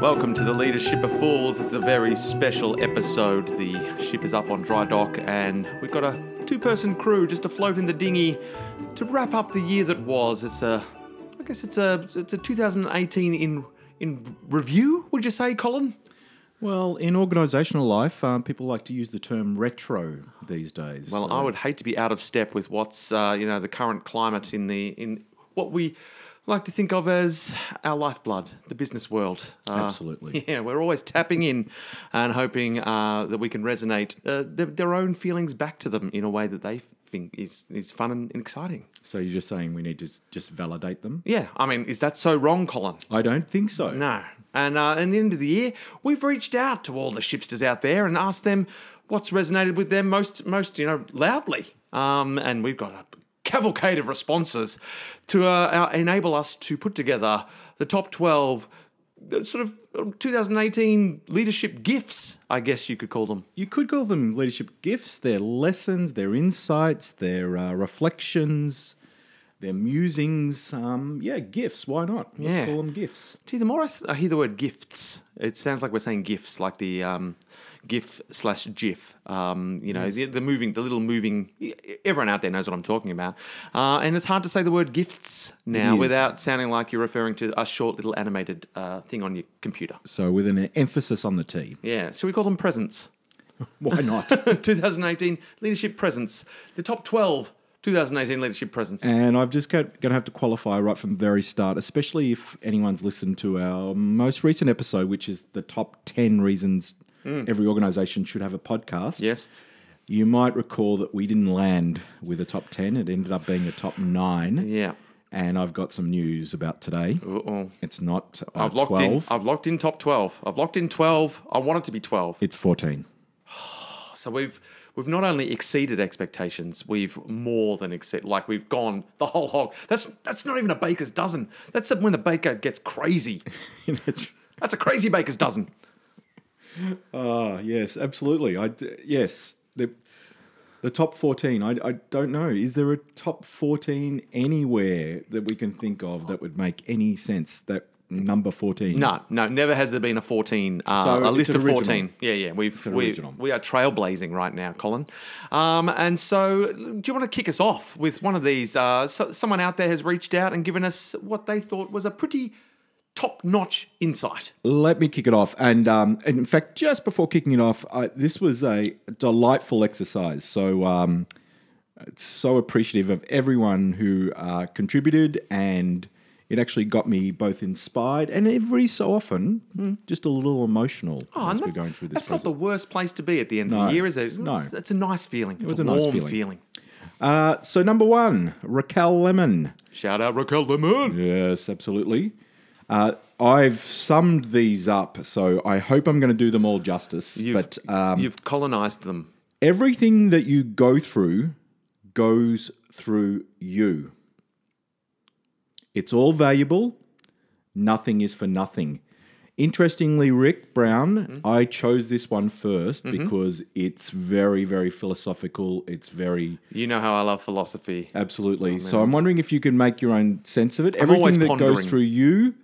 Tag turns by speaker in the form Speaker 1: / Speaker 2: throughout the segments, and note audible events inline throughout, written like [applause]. Speaker 1: Welcome to the Leadership of Fools. It's a very special episode. The ship is up on dry dock, and we've got a two person crew just afloat in the dinghy to wrap up the year that was. It's a, I guess it's a, it's a 2018 in in review. Would you say, Colin?
Speaker 2: Well, in organisational life, um, people like to use the term retro these days.
Speaker 1: Well,
Speaker 2: so-
Speaker 1: I would hate to be out of step with what's uh, you know the current climate in the in what we like to think of as our lifeblood, the business world. Uh,
Speaker 2: Absolutely.
Speaker 1: [laughs] Yeah, we're always tapping in and hoping uh, that we can resonate uh, their, their own feelings back to them in a way that they think is is fun and exciting.
Speaker 2: so you're just saying we need to just validate them?
Speaker 1: Yeah, I mean, is that so wrong, Colin?
Speaker 2: I don't think so.
Speaker 1: No. And uh, at the end of the year, we've reached out to all the shipsters out there and asked them what's resonated with them most, most you know, loudly. Um, and we've got a cavalcade of responses to uh, uh, enable us to put together the top 12 uh, sort of uh, 2018 leadership gifts, I guess you could call them.
Speaker 2: You could call them leadership gifts. They're lessons, their insights, their uh, reflections, their musings. Um, yeah, gifts. Why not? Let's
Speaker 1: Yeah.
Speaker 2: call them gifts.
Speaker 1: Gee, the more I s- I hear the word gifts, it sounds like we're saying gifts, like the um, GIF slash GIF. Um, you know, the, the moving, the little moving. e- Everyone out there knows what I'm talking about, uh, and it's hard to say the word gifts now
Speaker 2: is.
Speaker 1: without sounding like you're referring to a short little animated uh, thing on your computer.
Speaker 2: So with an emphasis on the T.
Speaker 1: Yeah, so we call them presents. [laughs]
Speaker 2: Why not?
Speaker 1: 2018 leadership presents. The top 12 2018 leadership presents.
Speaker 2: And I've just got, going to have to qualify right from the very start, especially if anyone's listened to our most recent episode, which is the top 10 reasons
Speaker 1: Hmm.
Speaker 2: every organization should have a podcast.
Speaker 1: yes.
Speaker 2: You might recall that we didn't land with a top 10. It ended up being a top nine.
Speaker 1: Yeah.
Speaker 2: And I've got some news about today.
Speaker 1: Uh-oh.
Speaker 2: It's not uh,
Speaker 1: I've locked
Speaker 2: 12.
Speaker 1: in. I've locked in top 12. I've locked in 12. I want it to be 12.
Speaker 2: it's [laughs] 14.
Speaker 1: So we've we've not only exceeded expectations, we've more than exceed. Like we've gone the whole hog. That's that's not even a baker's dozen. That's when the baker gets crazy.
Speaker 2: That's-
Speaker 1: That's a crazy baker's dozen.
Speaker 2: Ah, yes, absolutely. I d- yes, the the top fourteen. I, I don't know. Is there a top fourteen anywhere that we can think of that would make any sense? That number fourteen.
Speaker 1: No, no, never has there been a fourteen. Uh,
Speaker 2: So
Speaker 1: a
Speaker 2: it's
Speaker 1: list
Speaker 2: an
Speaker 1: of
Speaker 2: original.
Speaker 1: fourteen. Yeah, yeah. We've
Speaker 2: an
Speaker 1: we,
Speaker 2: original.
Speaker 1: we are trailblazing right now, Colin. Um, and so, do you want to kick us off with one of these? Uh, so, someone out there has reached out and given us what they thought was a pretty top-notch insight.
Speaker 2: Let me kick it off. And, um, and in fact, just before kicking it off, I, this was a delightful exercise. So um, it's so appreciative of everyone who uh, contributed, and it actually got me both inspired and every so often just a little emotional
Speaker 1: Hmm. Oh,
Speaker 2: as
Speaker 1: and
Speaker 2: we're
Speaker 1: that's,
Speaker 2: going through this.
Speaker 1: that's not the worst place to be at the end of
Speaker 2: No,
Speaker 1: the year, is it?
Speaker 2: no.
Speaker 1: It's, it's a nice feeling. It
Speaker 2: was
Speaker 1: a,
Speaker 2: a nice
Speaker 1: warm
Speaker 2: feeling.
Speaker 1: feeling.
Speaker 2: Uh, so number one, Raquel Lemon.
Speaker 1: Shout out Raquel Lemon.
Speaker 2: Yes, absolutely. Uh, I've summed these up, so I hope I'm going to do them all justice.
Speaker 1: You've,
Speaker 2: but um,
Speaker 1: you've colonized them.
Speaker 2: everything that you go through goes through you. It's all valuable. Nothing is for nothing. Interestingly, Rick Brown, I chose this one first because it's very, very philosophical. It's very
Speaker 1: You know how I love philosophy.
Speaker 2: Absolutely. so I'm wondering if you can make your own sense of it.
Speaker 1: Oh, always
Speaker 2: everything that goes
Speaker 1: pondering.
Speaker 2: through you,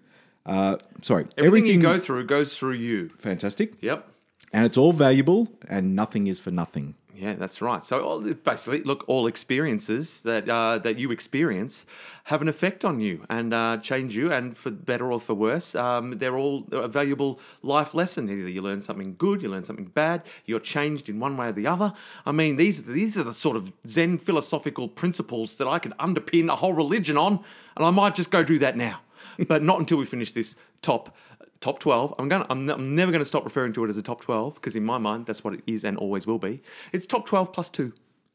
Speaker 2: uh, sorry,
Speaker 1: Everything, you go through goes through you.
Speaker 2: fantastic,
Speaker 1: Yep.
Speaker 2: and it's all valuable, and nothing is for nothing.
Speaker 1: Yeah, that's right. So all, basically, look, all experiences that uh, that you experience have an effect on you and uh, change you, and for better or for worse, um, they're all a valuable life lesson. Either you learn something good, you learn something bad, you're changed in one way or the other. I mean, these these are the sort of Zen philosophical principles that I could underpin a whole religion on, and I might just go do that now, but not until we finish this top top 12 i'm going I'm, I'm never going to stop referring to it as a top 12 because in my mind that's what it is and always will be it's top 12 plus 2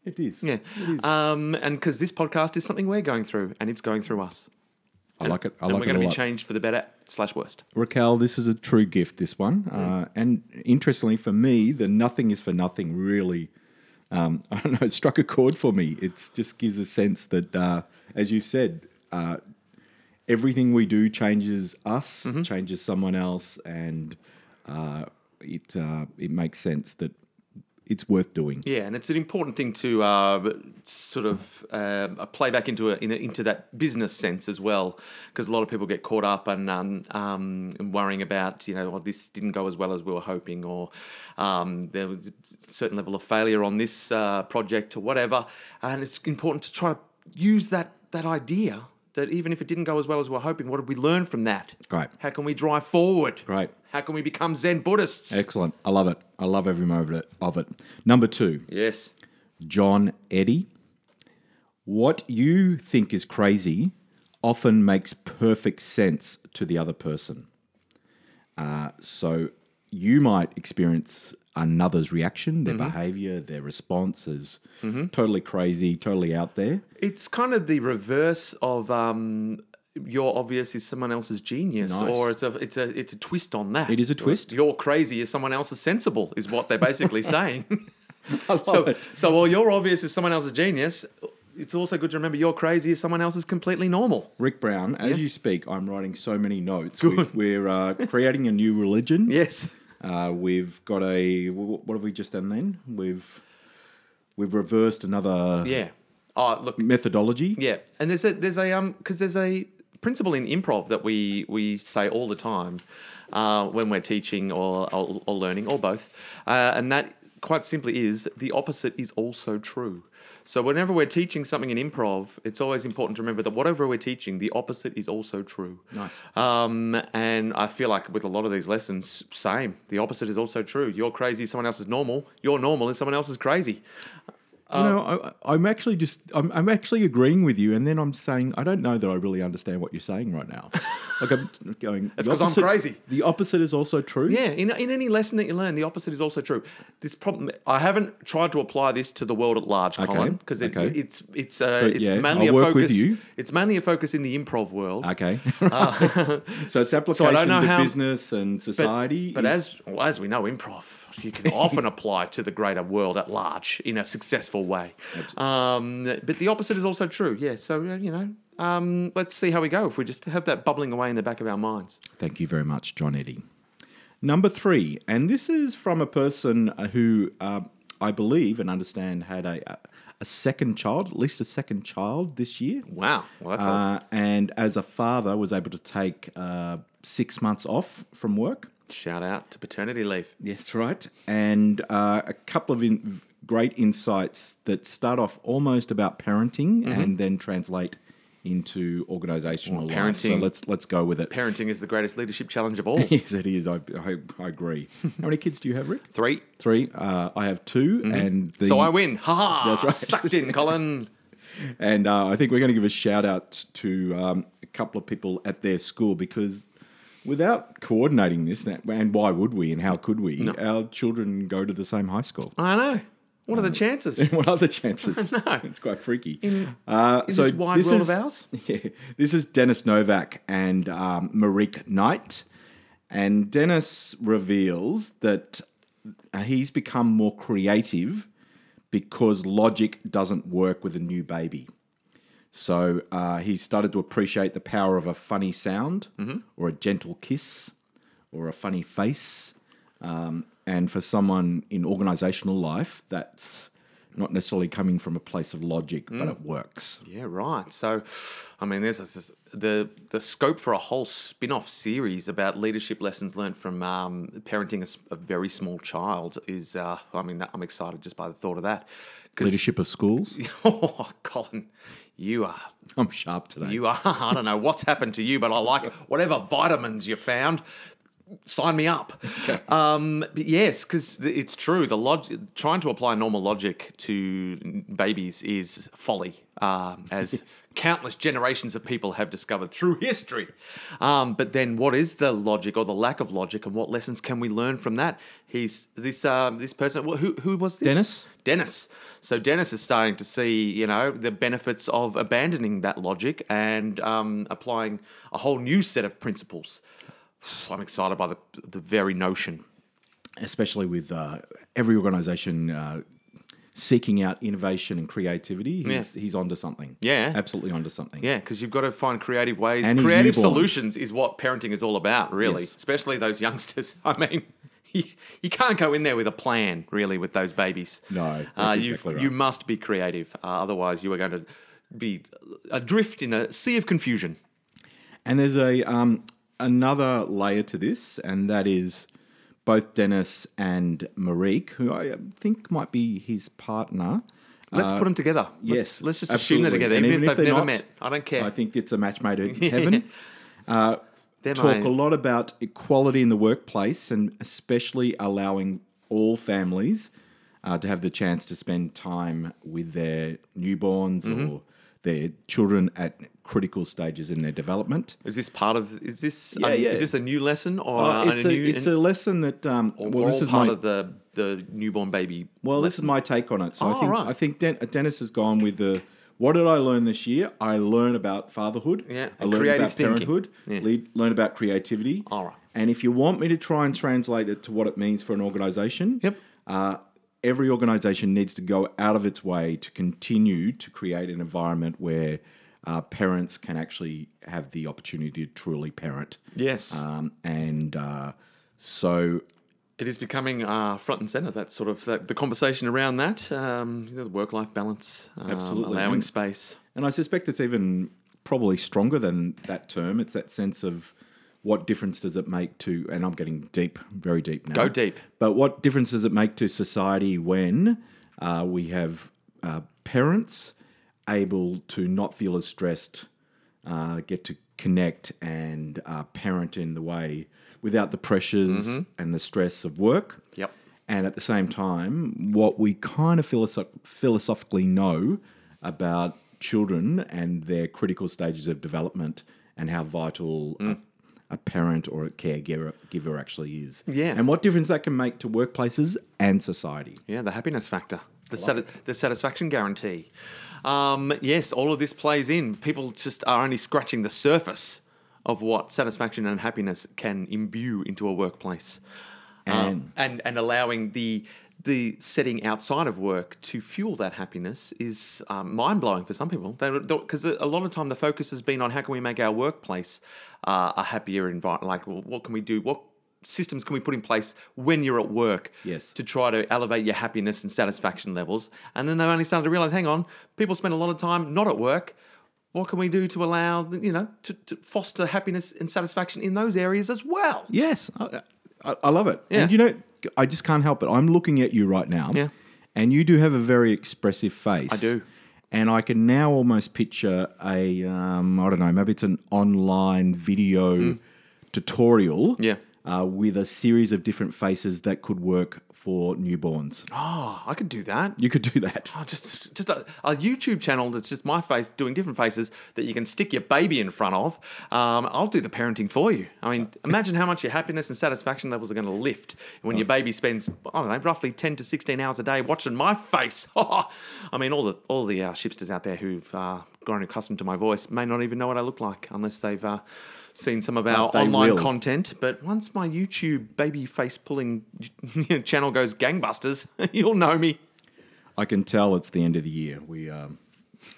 Speaker 2: It is.
Speaker 1: yeah um and because this podcast is something we're going through and it's going through us
Speaker 2: I like it. I
Speaker 1: and
Speaker 2: like
Speaker 1: we're
Speaker 2: it
Speaker 1: going
Speaker 2: a
Speaker 1: to be
Speaker 2: lot.
Speaker 1: changed for the better slash worst
Speaker 2: Raquel, this is a true gift. This one, uh, and interestingly for me, the nothing is for nothing really. Um, [laughs] I don't know. It struck a chord for me. It just gives a sense that, uh, as you've said, uh, everything we do changes us, changes someone else, and uh, it uh, it makes sense that it's worth doing.
Speaker 1: Yeah, and it's an important thing to uh, sort of uh, play back into a, in a, into that business sense as well, because a lot of people get caught up and um, um, and worrying about you know oh, this didn't go as well as we were hoping, or um, there was a certain level of failure on this uh, project or whatever. And it's important to try to use that that idea that even if it didn't go as well as we were hoping, what did we learn from that?
Speaker 2: Great.
Speaker 1: How can we drive forward?
Speaker 2: Great.
Speaker 1: How can we become Zen Buddhists?
Speaker 2: Excellent. I love it. I love every moment of it- of it. Number two,
Speaker 1: yes.
Speaker 2: John Eddy. What you think is crazy often makes perfect sense to the other person. Uh, so you might experience another's reaction, their behavior, their responses, totally crazy, totally out there.
Speaker 1: It's kind of the reverse of um, your obvious is someone else's genius,
Speaker 2: Nice.
Speaker 1: or it's a it's a it's a twist on that.
Speaker 2: It is a twist.
Speaker 1: Your crazy is someone else's sensible, is what they're
Speaker 2: [laughs]
Speaker 1: basically saying.
Speaker 2: [laughs] I love
Speaker 1: so so while your obvious is someone else's genius, it's also good to remember your crazy is someone else's completely normal.
Speaker 2: Rick Brown, as you speak, I'm writing so many notes. We, we're [laughs] uh, creating a new religion.
Speaker 1: Yes.
Speaker 2: Uh, we've got a. wh- wh- What have we just done then? We've we've reversed another
Speaker 1: Yeah. Oh, look,
Speaker 2: methodology.
Speaker 1: Yeah, and there's a there's a um because there's a principle in improv that we we say all the time uh, when we're teaching or or, or learning or both, uh, and that quite simply is the opposite is also true. So whenever we're teaching something in improv, it's always important to remember that whatever we're teaching, the opposite is also true.
Speaker 2: Nice.
Speaker 1: Um, and I feel like with a lot of these lessons, same. The opposite is also true. You're crazy, someone else is normal. You're normal, and someone else is crazy.
Speaker 2: you know, I, I'm actually just I'm, I'm actually agreeing with you, and then I'm saying I don't know that I really understand what you're saying
Speaker 1: [laughs]
Speaker 2: right now. like I'm going. That's
Speaker 1: 'cause I'm crazy.
Speaker 2: The opposite is also true.
Speaker 1: Yeah, in, in any lesson that you learn, the opposite is also true. This problem, I haven't tried to apply this to the world at large, Colin, because it,
Speaker 2: okay.
Speaker 1: it's it's uh,
Speaker 2: But
Speaker 1: it's
Speaker 2: yeah,
Speaker 1: mainly
Speaker 2: I'll
Speaker 1: a
Speaker 2: work with
Speaker 1: focus.
Speaker 2: you. Ah,
Speaker 1: It's mainly a focus in the improv world. [laughs]
Speaker 2: Okay.
Speaker 1: Uh,
Speaker 2: [laughs] so it's application
Speaker 1: know
Speaker 2: to
Speaker 1: how-
Speaker 2: business and
Speaker 1: But-
Speaker 2: society.
Speaker 1: But,
Speaker 2: is-
Speaker 1: as well, as we know, improv you
Speaker 2: [laughs]
Speaker 1: can often apply to the greater world at large in a successful way. Um, but the opposite is also true. Yeah. So uh, you know, um, let's see how we go if we just have that bubbling away in the back of our minds.
Speaker 2: Thank you very much, John Eddy. Number three, and this is from a person who uh, I believe and understand had a, a second child, at least a second child this year.
Speaker 1: Wow. Well, that's a,
Speaker 2: Uh, and as a father, was able to take uh, six months off from work.
Speaker 1: shout out to paternity leave.
Speaker 2: Yes, right. And uh, a couple of in- great insights that start off almost about parenting
Speaker 1: Mm-hmm.
Speaker 2: and then translate into organisational life. So
Speaker 1: parenting-
Speaker 2: let's let's go with it.
Speaker 1: Parenting is the greatest leadership challenge of all.
Speaker 2: [laughs] Yes, it is. I, I, I agree.
Speaker 1: [laughs]
Speaker 2: How many kids do you have, Rick?
Speaker 1: Three. Mm-hmm.
Speaker 2: Three. Uh, I have 2 and the,
Speaker 1: So I win. Ha ha.
Speaker 2: That's right.
Speaker 1: Sucked in, Colin.
Speaker 2: and uh, I think we're going to give a shout out to um, a couple of people at their school because without coordinating this, that, and why would we, and how could we? Our children go to the same high school.
Speaker 1: [laughs]
Speaker 2: [laughs]
Speaker 1: I know. What are the [laughs] chances?
Speaker 2: What are the chances? no, it's quite freaky. uh,
Speaker 1: in this wide world of ours?
Speaker 2: [laughs] Yeah, this is Dennis Novak and um, Marik Knight, and Dennis reveals that uh, he's become more creative because logic doesn't work with a new baby. So uh, he started to appreciate the power of a funny sound or a gentle kiss or a funny face. Um, and for someone in organizational life, that's not necessarily coming from a place of logic, but it works.
Speaker 1: Yeah, right. So, I mean, there's this, the the scope for a whole spin-off series about leadership lessons learned from um, parenting a s- a, very small child. Is uh, I mean, I'm excited just by the thought of that. 'Cause-
Speaker 2: Leadership of schools.
Speaker 1: [laughs] Oh, Colin, you are
Speaker 2: I'm sharp today.
Speaker 1: you are. [laughs] I don't know what's happened to you, but I like whatever vitamins you found. Sign me up. Um, but yes, because it's true. The log- trying to apply normal logic to babies is folly, um, as countless generations of people have discovered through history. Um, but then, what is the logic or the lack of logic, and what lessons can we learn from that? He's this um, this person. wh- Who who was this?
Speaker 2: Dennis?
Speaker 1: Dennis. So Dennis is starting to see, you know, the benefits of abandoning that logic and um, applying a whole new set of principles. I'm excited by the the very notion.
Speaker 2: especially with uh, every organization uh, seeking out innovation and creativity, he's, he's onto something.
Speaker 1: Yeah.
Speaker 2: Absolutely onto something.
Speaker 1: Yeah, because you've got to find creative ways.
Speaker 2: And he's
Speaker 1: creative
Speaker 2: newborn.
Speaker 1: solutions is what parenting is all about, really.
Speaker 2: Yes.
Speaker 1: Especially those youngsters. [laughs] I mean, you, you can't go in there with a plan, really, with those babies.
Speaker 2: No,
Speaker 1: Uh,
Speaker 2: that's
Speaker 1: you
Speaker 2: exactly right.
Speaker 1: you must be creative, uh, otherwise you are going to be adrift in a sea of confusion.
Speaker 2: And there's a um, another layer to this, and that is both Dennis and Marique, who I think might be his partner.
Speaker 1: Let's 'em put them together. Let's,
Speaker 2: Uh, yes,
Speaker 1: let's just assume they're
Speaker 2: absolutely.
Speaker 1: together,
Speaker 2: And
Speaker 1: even,
Speaker 2: even
Speaker 1: if
Speaker 2: if
Speaker 1: they've
Speaker 2: they're
Speaker 1: never
Speaker 2: not,
Speaker 1: met. I don't care.
Speaker 2: I think it's a match made
Speaker 1: [laughs]
Speaker 2: in heaven.
Speaker 1: They're
Speaker 2: Talk
Speaker 1: mine.
Speaker 2: a lot about equality in the workplace, and especially allowing all families uh, to have the chance to spend time with their newborns
Speaker 1: Mm-hmm.
Speaker 2: or their children at critical stages in their development.
Speaker 1: Is this part of? Is this?
Speaker 2: Yeah,
Speaker 1: um,
Speaker 2: yeah.
Speaker 1: Is this a new lesson or
Speaker 2: Uh,
Speaker 1: uh,
Speaker 2: it's,
Speaker 1: a,
Speaker 2: a,
Speaker 1: new?
Speaker 2: it's a lesson that um, well,
Speaker 1: or
Speaker 2: this
Speaker 1: all
Speaker 2: is
Speaker 1: part
Speaker 2: my
Speaker 1: of the the newborn baby.
Speaker 2: well, this is my take on it. So I
Speaker 1: Oh,
Speaker 2: think
Speaker 1: right.
Speaker 2: I think Den- Dennis has gone with the what did I learn this year? I learn about fatherhood.
Speaker 1: Yeah,
Speaker 2: I learn
Speaker 1: creative
Speaker 2: about
Speaker 1: thinking.
Speaker 2: parenthood.
Speaker 1: Yeah.
Speaker 2: Lead, learn about creativity.
Speaker 1: All right.
Speaker 2: And if you want me to try and translate it to what it means for an organisation,
Speaker 1: Yep.
Speaker 2: uh, every organisation needs to go out of its way to continue to create an environment where uh, parents can actually have the opportunity to truly parent.
Speaker 1: Yes,
Speaker 2: Um, and uh, so
Speaker 1: it is becoming uh, front and center. That sort of that, the conversation around that, um, you know, the work life balance, um,
Speaker 2: Absolutely.
Speaker 1: allowing
Speaker 2: And-
Speaker 1: space.
Speaker 2: And I suspect it's even probably stronger than that term. It's that sense of what difference does it make to, and I'm getting deep, very deep now.
Speaker 1: Go deep.
Speaker 2: But what difference does it make to society when uh, we have uh, parents able to not feel as stressed, uh, get to connect and uh, parent in the way without the pressures
Speaker 1: Mm-hmm.
Speaker 2: and the stress of work?
Speaker 1: Yep.
Speaker 2: And at the same time, what we kind of philosoph- philosophically know about children and their critical stages of development and how vital a, a parent or a caregiver giver actually is.
Speaker 1: Yeah.
Speaker 2: And what difference that can make to workplaces and society.
Speaker 1: Yeah, the happiness factor, the sati- the satisfaction guarantee. Um, yes, all of this plays in. People just are only scratching the surface of what satisfaction and happiness can imbue into a workplace, um, and and allowing the the setting outside of work to fuel that happiness is um, mind blowing for some people. Because a lot of time the focus has been on how can we make our workplace uh, a happier environment. Like, well, what can we do? What systems can we put in place when you're at work
Speaker 2: Yes.
Speaker 1: to try to elevate your happiness and satisfaction levels. And then they only started to realize, hang on, people spend a lot of time not at work. What can we do to allow, you know, to, to foster happiness and satisfaction in those areas as well?
Speaker 2: Yes, I, I, I love it.
Speaker 1: Yeah.
Speaker 2: And you know, I just can't help it. I'm looking at you right now.
Speaker 1: Yeah.
Speaker 2: And you do have a very expressive face. I
Speaker 1: do.
Speaker 2: And I can now almost picture a, um, I don't know, maybe it's an online video tutorial.
Speaker 1: Mm. Yeah.
Speaker 2: Uh, with a series of different faces that could work for newborns.
Speaker 1: Oh, I could do that.
Speaker 2: You could do that.
Speaker 1: Oh, just just a, a YouTube channel that's just my face doing different faces that you can stick your baby in front of. Um, I'll do the parenting for you. I
Speaker 2: [laughs]
Speaker 1: mean, imagine how much your happiness and satisfaction levels are going to lift when
Speaker 2: Oh.
Speaker 1: your baby spends I don't know roughly ten to sixteen hours a day watching my face. [laughs] I mean, all the all the uh, shipsters out there who've uh, grown accustomed to my voice may not even know what I look like unless they've. Uh, Seen some of our
Speaker 2: they
Speaker 1: online
Speaker 2: will.
Speaker 1: content, but once my YouTube baby face pulling [laughs] channel goes gangbusters, [laughs] you'll know me.
Speaker 2: I can tell it's the end of the year. We, um,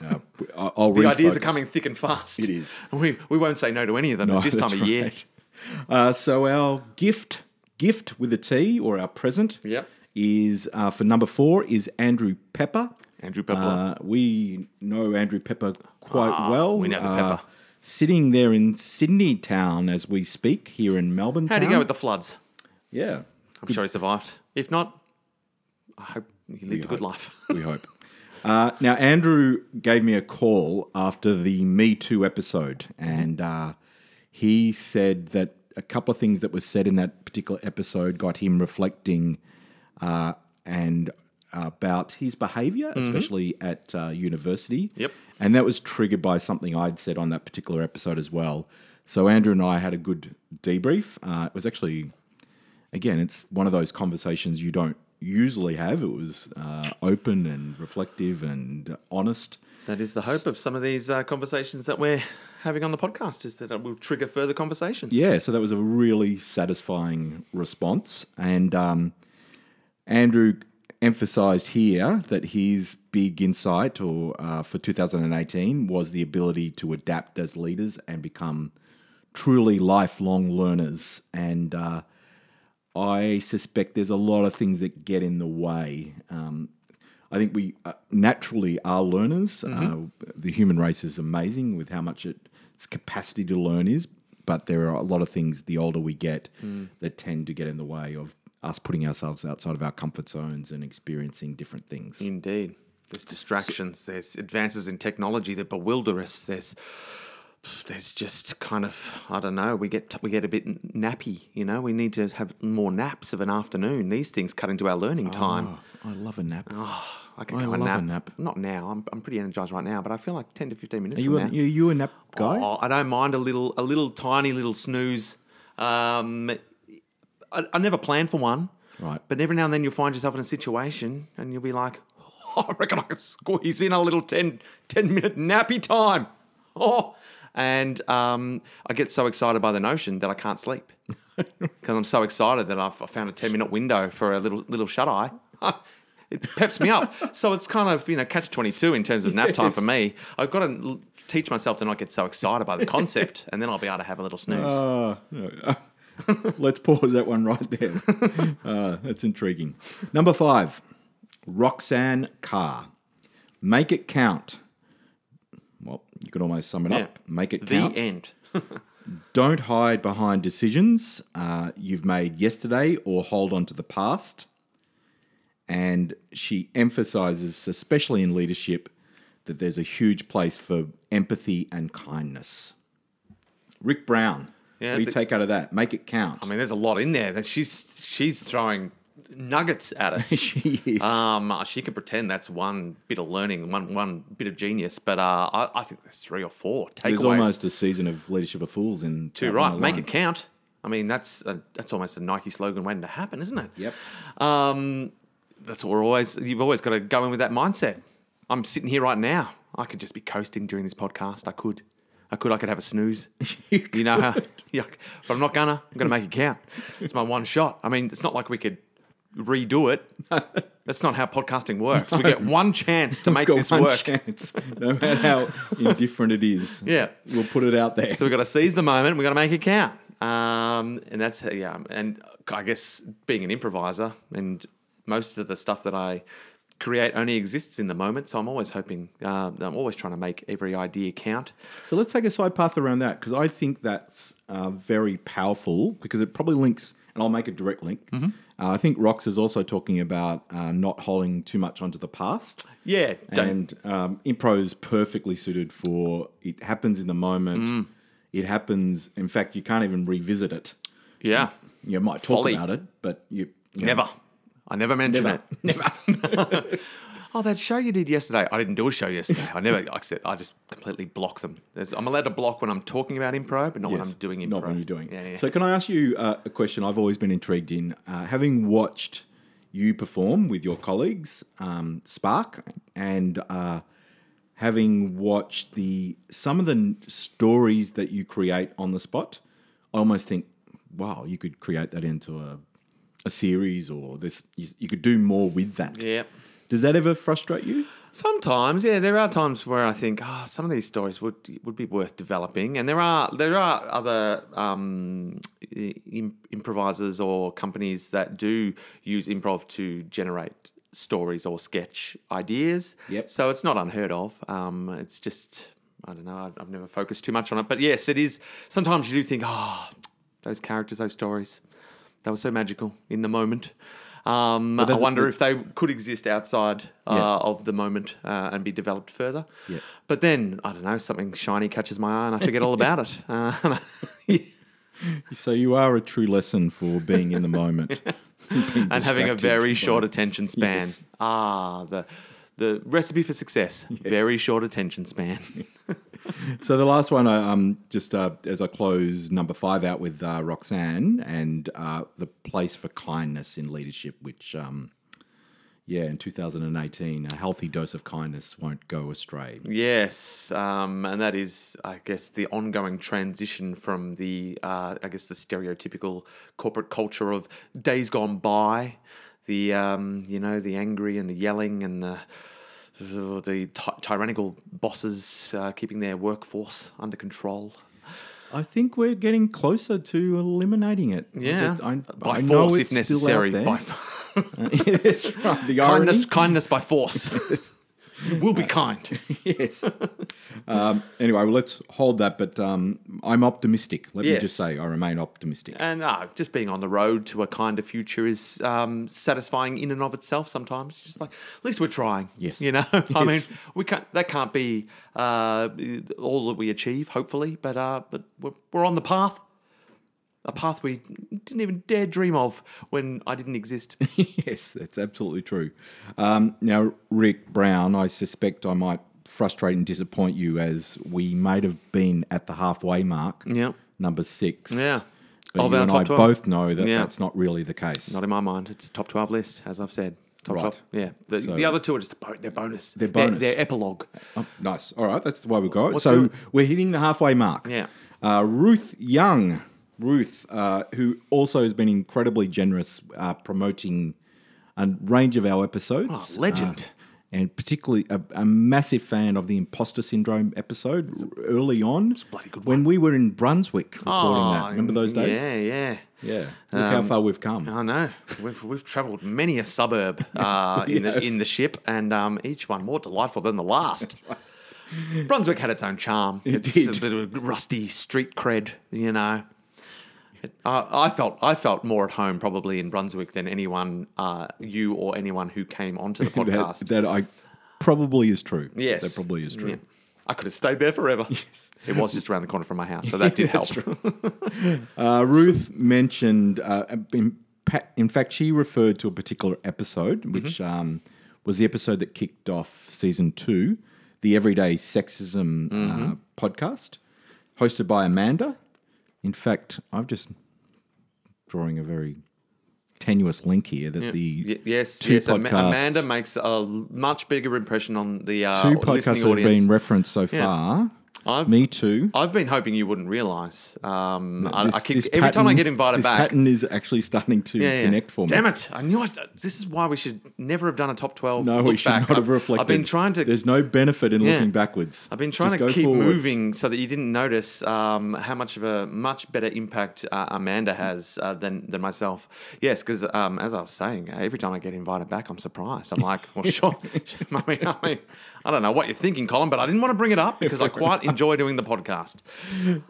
Speaker 2: uh, I- I'll
Speaker 1: The ideas are
Speaker 2: refocus.
Speaker 1: coming thick and fast.
Speaker 2: It is.
Speaker 1: [laughs] We, we won't say no to any of them at this time
Speaker 2: Oh, That's
Speaker 1: of year.
Speaker 2: right. Uh, so our gift, gift with a T, or our present,
Speaker 1: Yep.
Speaker 2: is uh, for number four is Andrew Pepper.
Speaker 1: Andrew Pepper.
Speaker 2: Uh, we know Andrew Pepper quite
Speaker 1: Ah,
Speaker 2: well.
Speaker 1: we know the
Speaker 2: Uh,
Speaker 1: Pepper.
Speaker 2: sitting there in Sydney town as we speak here in Melbourne.
Speaker 1: How'd he
Speaker 2: town.
Speaker 1: go with the floods?
Speaker 2: Yeah,
Speaker 1: I'm sure he survived. If not, I hope he lived a good life.
Speaker 2: we hope. Uh, now, Andrew gave me a call after the Me Too episode, and uh, he said that a couple of things that was said in that particular episode got him reflecting uh, and about his behaviour, especially at uh, university.
Speaker 1: Yep.
Speaker 2: And that was triggered by something I'd said on that particular episode as well. So Andrew and I had a good debrief. Uh, it was actually again, it's one of those conversations you don't usually have. It was uh, open and reflective and honest.
Speaker 1: [laughs] That is the hope of some of these uh, conversations that we're having on the podcast is that it will trigger further conversations.
Speaker 2: Yeah, so that was a really satisfying response. And um, Andrew emphasized here that his big insight or uh, for 2018 was the ability to adapt as leaders and become truly lifelong learners. And uh, I suspect there's a lot of things that get in the way. Um, I think we uh, naturally are learners. Uh, the human race is amazing with how much it, its capacity to learn is, but there are a lot of things the older we get that tend to get in the way of us putting ourselves outside of our comfort zones and experiencing different things.
Speaker 1: Indeed. There's distractions, there's advances in technology that bewilder us. There's there's just kind of I don't know. We get we get a bit nappy, you know. We need to have more naps of an afternoon. These things cut into our learning time.
Speaker 2: Oh, I love a nap.
Speaker 1: I could
Speaker 2: I
Speaker 1: go
Speaker 2: love a
Speaker 1: a nap.
Speaker 2: nap.
Speaker 1: Not now. I'm, I'm pretty energized right now, but I feel like 10 to 15 minutes
Speaker 2: you,
Speaker 1: from
Speaker 2: a,
Speaker 1: now.
Speaker 2: you you a nap guy?
Speaker 1: Oh, I don't mind a little, a little tiny little snooze. Um, I, I never plan for one,
Speaker 2: Right.
Speaker 1: but every now and then you'll find yourself in a situation and you'll be like, "Oh, I reckon I could squeeze in a little 10, 10 minute nappy time. [laughs] Oh, and um, I get so excited by the notion that I can't sleep because I'm so excited that I've I found a 10 minute window for a little little shut eye. [laughs] it peps me up. So it's kind of, you know, catch 22 in terms of nap time for
Speaker 2: Yes.
Speaker 1: me. I've got to l- teach myself to not get so excited by the concept and then I'll be able to have a little snooze.
Speaker 2: Uh, no. Let's pause that one
Speaker 1: [laughs]
Speaker 2: right there. Uh, that's intriguing. Number five, Roxanne Carr. Make it count. Well, you could almost sum it
Speaker 1: Yeah.
Speaker 2: up. Make it
Speaker 1: the
Speaker 2: count.
Speaker 1: end.
Speaker 2: Don't hide behind decisions uh, you've made yesterday or hold on to the past. And she emphasizes, especially in leadership, that there's a huge place for empathy and kindness. Rick Brown,
Speaker 1: Yeah,
Speaker 2: what do you
Speaker 1: the-
Speaker 2: take out of that? Make it count.
Speaker 1: I mean, there's a lot in there that she's she's throwing nuggets at
Speaker 2: [laughs]
Speaker 1: us.
Speaker 2: [laughs] she is.
Speaker 1: Um, uh, she can pretend that's one bit of learning, one one bit of genius, but uh, I, I think there's three or four
Speaker 2: there's
Speaker 1: takeaways.
Speaker 2: almost a season of leadership of fools in
Speaker 1: Too
Speaker 2: that
Speaker 1: right,
Speaker 2: one
Speaker 1: make
Speaker 2: alone.
Speaker 1: it count. I mean, that's a, that's almost a Nike slogan waiting to happen, isn't it?
Speaker 2: Yep.
Speaker 1: Um, that's what we're always. You've always got to go in with that mindset. I'm sitting here right now. I could just be coasting during this podcast. I could, I could, I could have a
Speaker 2: [laughs]
Speaker 1: snooze. you, know, how, [laughs] yeah, but I'm not gonna. I'm gonna make it count. It's my one shot. I mean, it's not like we could redo
Speaker 2: [laughs]
Speaker 1: it. That's not how podcasting works. We get one chance to make
Speaker 2: Got
Speaker 1: this
Speaker 2: one
Speaker 1: work.
Speaker 2: chance, no matter
Speaker 1: [laughs]
Speaker 2: how indifferent it is.
Speaker 1: Yeah.
Speaker 2: we'll put it out there.
Speaker 1: So we've got to seize the moment. We've got to make it count. Um, and that's yeah. And I guess being an improviser and most of the stuff that I create only exists in the moment. So I'm always hoping. Uh, I'm always trying to make every idea count.
Speaker 2: So let's take a side path around that because I think that's uh, very powerful because it probably links, and I'll make a direct link.
Speaker 1: Mm-hmm.
Speaker 2: Uh, I think Rox is also talking about uh, not holding too much onto the past,
Speaker 1: Yeah. Don't.
Speaker 2: and um, impro is perfectly suited for it happens in the moment.
Speaker 1: Mm.
Speaker 2: It happens. In fact, you can't even revisit it.
Speaker 1: Yeah.
Speaker 2: You might talk
Speaker 1: Folly.
Speaker 2: about it, but you, you
Speaker 1: Never. I never mention
Speaker 2: Never.
Speaker 1: it. [laughs] Oh, that show you did yesterday. I didn't do a show yesterday. I never. I said I just completely block them. There's, I'm allowed to block when I'm talking about improv, but not when
Speaker 2: Yes,
Speaker 1: I'm doing improv.
Speaker 2: Not when you're doing.
Speaker 1: Yeah, yeah.
Speaker 2: So, can I ask you uh, a question? I've always been intrigued in uh, having watched you perform with your colleagues, um, Spark, and uh, having watched the some of the n- stories that you create on the spot. I almost think, wow, you could create that into a a series, or this you, you could do more with that.
Speaker 1: yeah.
Speaker 2: Does that ever frustrate you?
Speaker 1: Sometimes, yeah, there are times where I think, oh, some of these stories would would be worth developing, and there are there are other um, i- im- improvisers or companies that do use improv to generate stories or sketch ideas.
Speaker 2: Yep.
Speaker 1: So it's not unheard of. Um, it's just I don't know. I've, I've never focused too much on it, but yes, it is. Sometimes you do think, oh, those characters, those stories, they were so magical in the moment. Um, I
Speaker 2: that-
Speaker 1: wonder
Speaker 2: that-
Speaker 1: if they could exist outside uh,
Speaker 2: Yeah.
Speaker 1: of the moment uh, and be developed further.
Speaker 2: Yeah.
Speaker 1: But then I don't know, something shiny catches my eye and I forget
Speaker 2: [laughs]
Speaker 1: all about it. Uh, [laughs] and I-
Speaker 2: So you are a true lesson for being in the
Speaker 1: [laughs]
Speaker 2: moment Being
Speaker 1: and having a
Speaker 2: distracted
Speaker 1: very
Speaker 2: by-
Speaker 1: short attention span.
Speaker 2: Yes.
Speaker 1: Ah, the the recipe for success: very short attention span. [laughs]
Speaker 2: So the last one, I um, just uh, as I close number five out with uh, Roxanne and uh, the place for kindness in leadership, which um, yeah, in 2018, a healthy dose of kindness won't go astray.
Speaker 1: Yes, um, and that is, I guess, the ongoing transition from the, uh, I guess, the stereotypical corporate culture of days gone by, the, um, you know, the angry and the yelling and the the ty- tyrannical bosses uh, keeping their workforce under control.
Speaker 2: I think we're getting closer to eliminating it.
Speaker 1: Yeah,
Speaker 2: I, I-
Speaker 1: by
Speaker 2: I know
Speaker 1: force if
Speaker 2: it's
Speaker 1: necessary.
Speaker 2: Still
Speaker 1: By
Speaker 2: out there.
Speaker 1: f-
Speaker 2: [laughs] That's right.
Speaker 1: [laughs]
Speaker 2: The
Speaker 1: kindness,
Speaker 2: irony.
Speaker 1: kindness by
Speaker 2: [laughs]
Speaker 1: force. you will be kind.
Speaker 2: yes. um, anyway, well, let's hold that. But um, I'm optimistic. Let me
Speaker 1: Yes.
Speaker 2: just say, I remain optimistic.
Speaker 1: And uh, just being on the road to a kinder future is um, satisfying in and of itself. Sometimes, It's just like at least we're trying.
Speaker 2: Yes.
Speaker 1: you know. [laughs] I mean,
Speaker 2: Yes.
Speaker 1: we can't. That can't be uh, all that we achieve, hopefully. But uh, but we're, we're on the path, a path we didn't even dare dream of when I didn't
Speaker 2: [laughs]
Speaker 1: exist.
Speaker 2: yes, that's absolutely true. Um, now, Rick Brown, I suspect I might frustrate and disappoint you as we may have been at the halfway mark,
Speaker 1: yeah,
Speaker 2: number six.
Speaker 1: Yeah.
Speaker 2: But
Speaker 1: Of
Speaker 2: you
Speaker 1: our
Speaker 2: and
Speaker 1: top
Speaker 2: I
Speaker 1: 12.
Speaker 2: both know that
Speaker 1: Yeah.
Speaker 2: that's not really the case.
Speaker 1: not in my mind. It's top twelve list, as I've said. Top
Speaker 2: Right.
Speaker 1: twelve. Yeah. The,
Speaker 2: So-
Speaker 1: the other two are just a bo- they're bonus. They're
Speaker 2: bonus.
Speaker 1: They're, epilogue.
Speaker 2: Oh, nice. All right, that's the way we go.
Speaker 1: What's
Speaker 2: so
Speaker 1: the-
Speaker 2: we're hitting the halfway mark.
Speaker 1: Yeah.
Speaker 2: Uh, Ruth Young, Ruth, uh, who also has been incredibly generous uh, promoting a range of our episodes.
Speaker 1: Oh, legend.
Speaker 2: Uh, and particularly a, a massive fan of the imposter syndrome episode r- early on.
Speaker 1: bloody good
Speaker 2: When we were in Brunswick recording
Speaker 1: Oh,
Speaker 2: that. Remember those days?
Speaker 1: Yeah, Um, uh, yeah.
Speaker 2: Yeah. Look how far we've come.
Speaker 1: I know we've we've travelled many a
Speaker 2: [laughs]
Speaker 1: suburb uh, in the in the ship, and um, each one more delightful than the
Speaker 2: [laughs]
Speaker 1: last. Brunswick had its own charm. it's
Speaker 2: did.
Speaker 1: a bit of a rusty street cred, you know. It- I I felt I felt more at home probably in Brunswick than anyone, uh, you or anyone who came onto the
Speaker 2: [laughs] that,
Speaker 1: podcast.
Speaker 2: that I probably is true.
Speaker 1: yes,
Speaker 2: That probably is true.
Speaker 1: Yeah. I could have stayed there
Speaker 2: [laughs]
Speaker 1: forever. Yes. It was just around the corner from my house, so that did help.
Speaker 2: Uh, Ruth mentioned, uh, in, pa- in fact, she referred to a particular episode,
Speaker 1: Mm-hmm.
Speaker 2: which um, was the episode that kicked off season two, the Everyday Sexism
Speaker 1: Mm-hmm.
Speaker 2: uh, podcast, hosted by Amanda. In fact, I'm just drawing a very tenuous link here that the
Speaker 1: Y- yes,
Speaker 2: two
Speaker 1: yes. Ama-
Speaker 2: podcasts-
Speaker 1: Amanda makes a much bigger impression on the uh,
Speaker 2: two podcasts
Speaker 1: listening
Speaker 2: that have
Speaker 1: audience.
Speaker 2: been referenced so far.
Speaker 1: I've-
Speaker 2: Me too.
Speaker 1: I've been hoping you wouldn't realise. Um, I, I
Speaker 2: This-
Speaker 1: keep
Speaker 2: this
Speaker 1: every time I
Speaker 2: pattern-
Speaker 1: get invited
Speaker 2: this
Speaker 1: back.
Speaker 2: pattern is actually starting to
Speaker 1: yeah, yeah.
Speaker 2: connect for me.
Speaker 1: Damn it! I knew I, this is why we should never have done a top twelve.
Speaker 2: No, we
Speaker 1: look
Speaker 2: should
Speaker 1: back.
Speaker 2: not
Speaker 1: I've-
Speaker 2: have reflected.
Speaker 1: I've been trying to.
Speaker 2: There's no benefit in
Speaker 1: Yeah.
Speaker 2: looking backwards.
Speaker 1: I've been trying
Speaker 2: Just
Speaker 1: to
Speaker 2: go
Speaker 1: keep
Speaker 2: forwards.
Speaker 1: moving so that you didn't notice um, how much of a much better impact uh, Amanda has uh, than than myself. Yes, because um, as I was saying, uh, every time I get invited back, I'm surprised. I'm like, well,
Speaker 2: [laughs]
Speaker 1: sure, [laughs] I mean, I mean, I don't know what you're thinking, Colin, but I didn't want to bring it up
Speaker 2: [laughs]
Speaker 1: because I quite enjoy doing the podcast.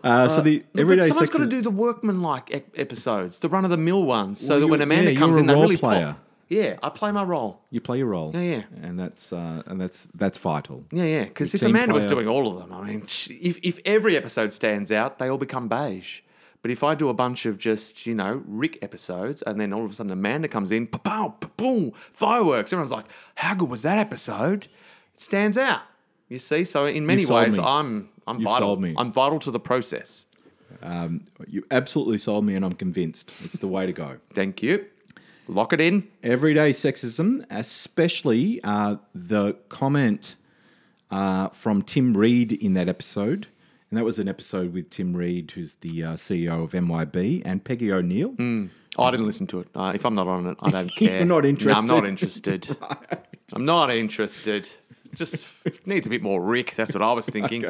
Speaker 2: Uh, so the everyday
Speaker 1: but someone's got
Speaker 2: sex
Speaker 1: to
Speaker 2: is-
Speaker 1: do the workmanlike ep- episodes, the run of the mill ones, so
Speaker 2: Well,
Speaker 1: that when
Speaker 2: you're-
Speaker 1: Amanda
Speaker 2: yeah,
Speaker 1: comes
Speaker 2: you're a
Speaker 1: in, they
Speaker 2: role
Speaker 1: really
Speaker 2: player.
Speaker 1: Pop. Yeah, I play my role.
Speaker 2: you play your role.
Speaker 1: Yeah, yeah.
Speaker 2: And that's uh, and that's that's vital.
Speaker 1: Yeah, yeah. Because if
Speaker 2: team
Speaker 1: Amanda was
Speaker 2: player.
Speaker 1: doing all of them, I mean, sh- if if every episode stands out, they all become beige. But if I do a bunch of just you know Rick episodes, and then all of a sudden Amanda comes in, pow, boom, fireworks. Everyone's like, "How good was that episode?" It stands out. You see, so in many
Speaker 2: You've sold
Speaker 1: ways,
Speaker 2: me.
Speaker 1: I'm I'm
Speaker 2: You've
Speaker 1: vital.
Speaker 2: sold me.
Speaker 1: I'm vital to the process.
Speaker 2: You absolutely sold me, and I'm convinced it's the way to go.
Speaker 1: Thank you. Lock it in.
Speaker 2: Everyday sexism, especially uh, the comment uh, from Tim Reed in that episode. And that was an episode with Tim Reed, who's the uh, CEO of MYB, and Peggy O'Neill.
Speaker 1: I didn't listen to it. Uh, if I'm not on it, I
Speaker 2: [laughs]
Speaker 1: don't care.
Speaker 2: You're
Speaker 1: No,
Speaker 2: not
Speaker 1: I'm
Speaker 2: interested.
Speaker 1: not
Speaker 2: [laughs]
Speaker 1: interested. I'm not interested. Just [laughs] needs a bit more Rick. That's what I was
Speaker 2: [laughs]
Speaker 1: thinking.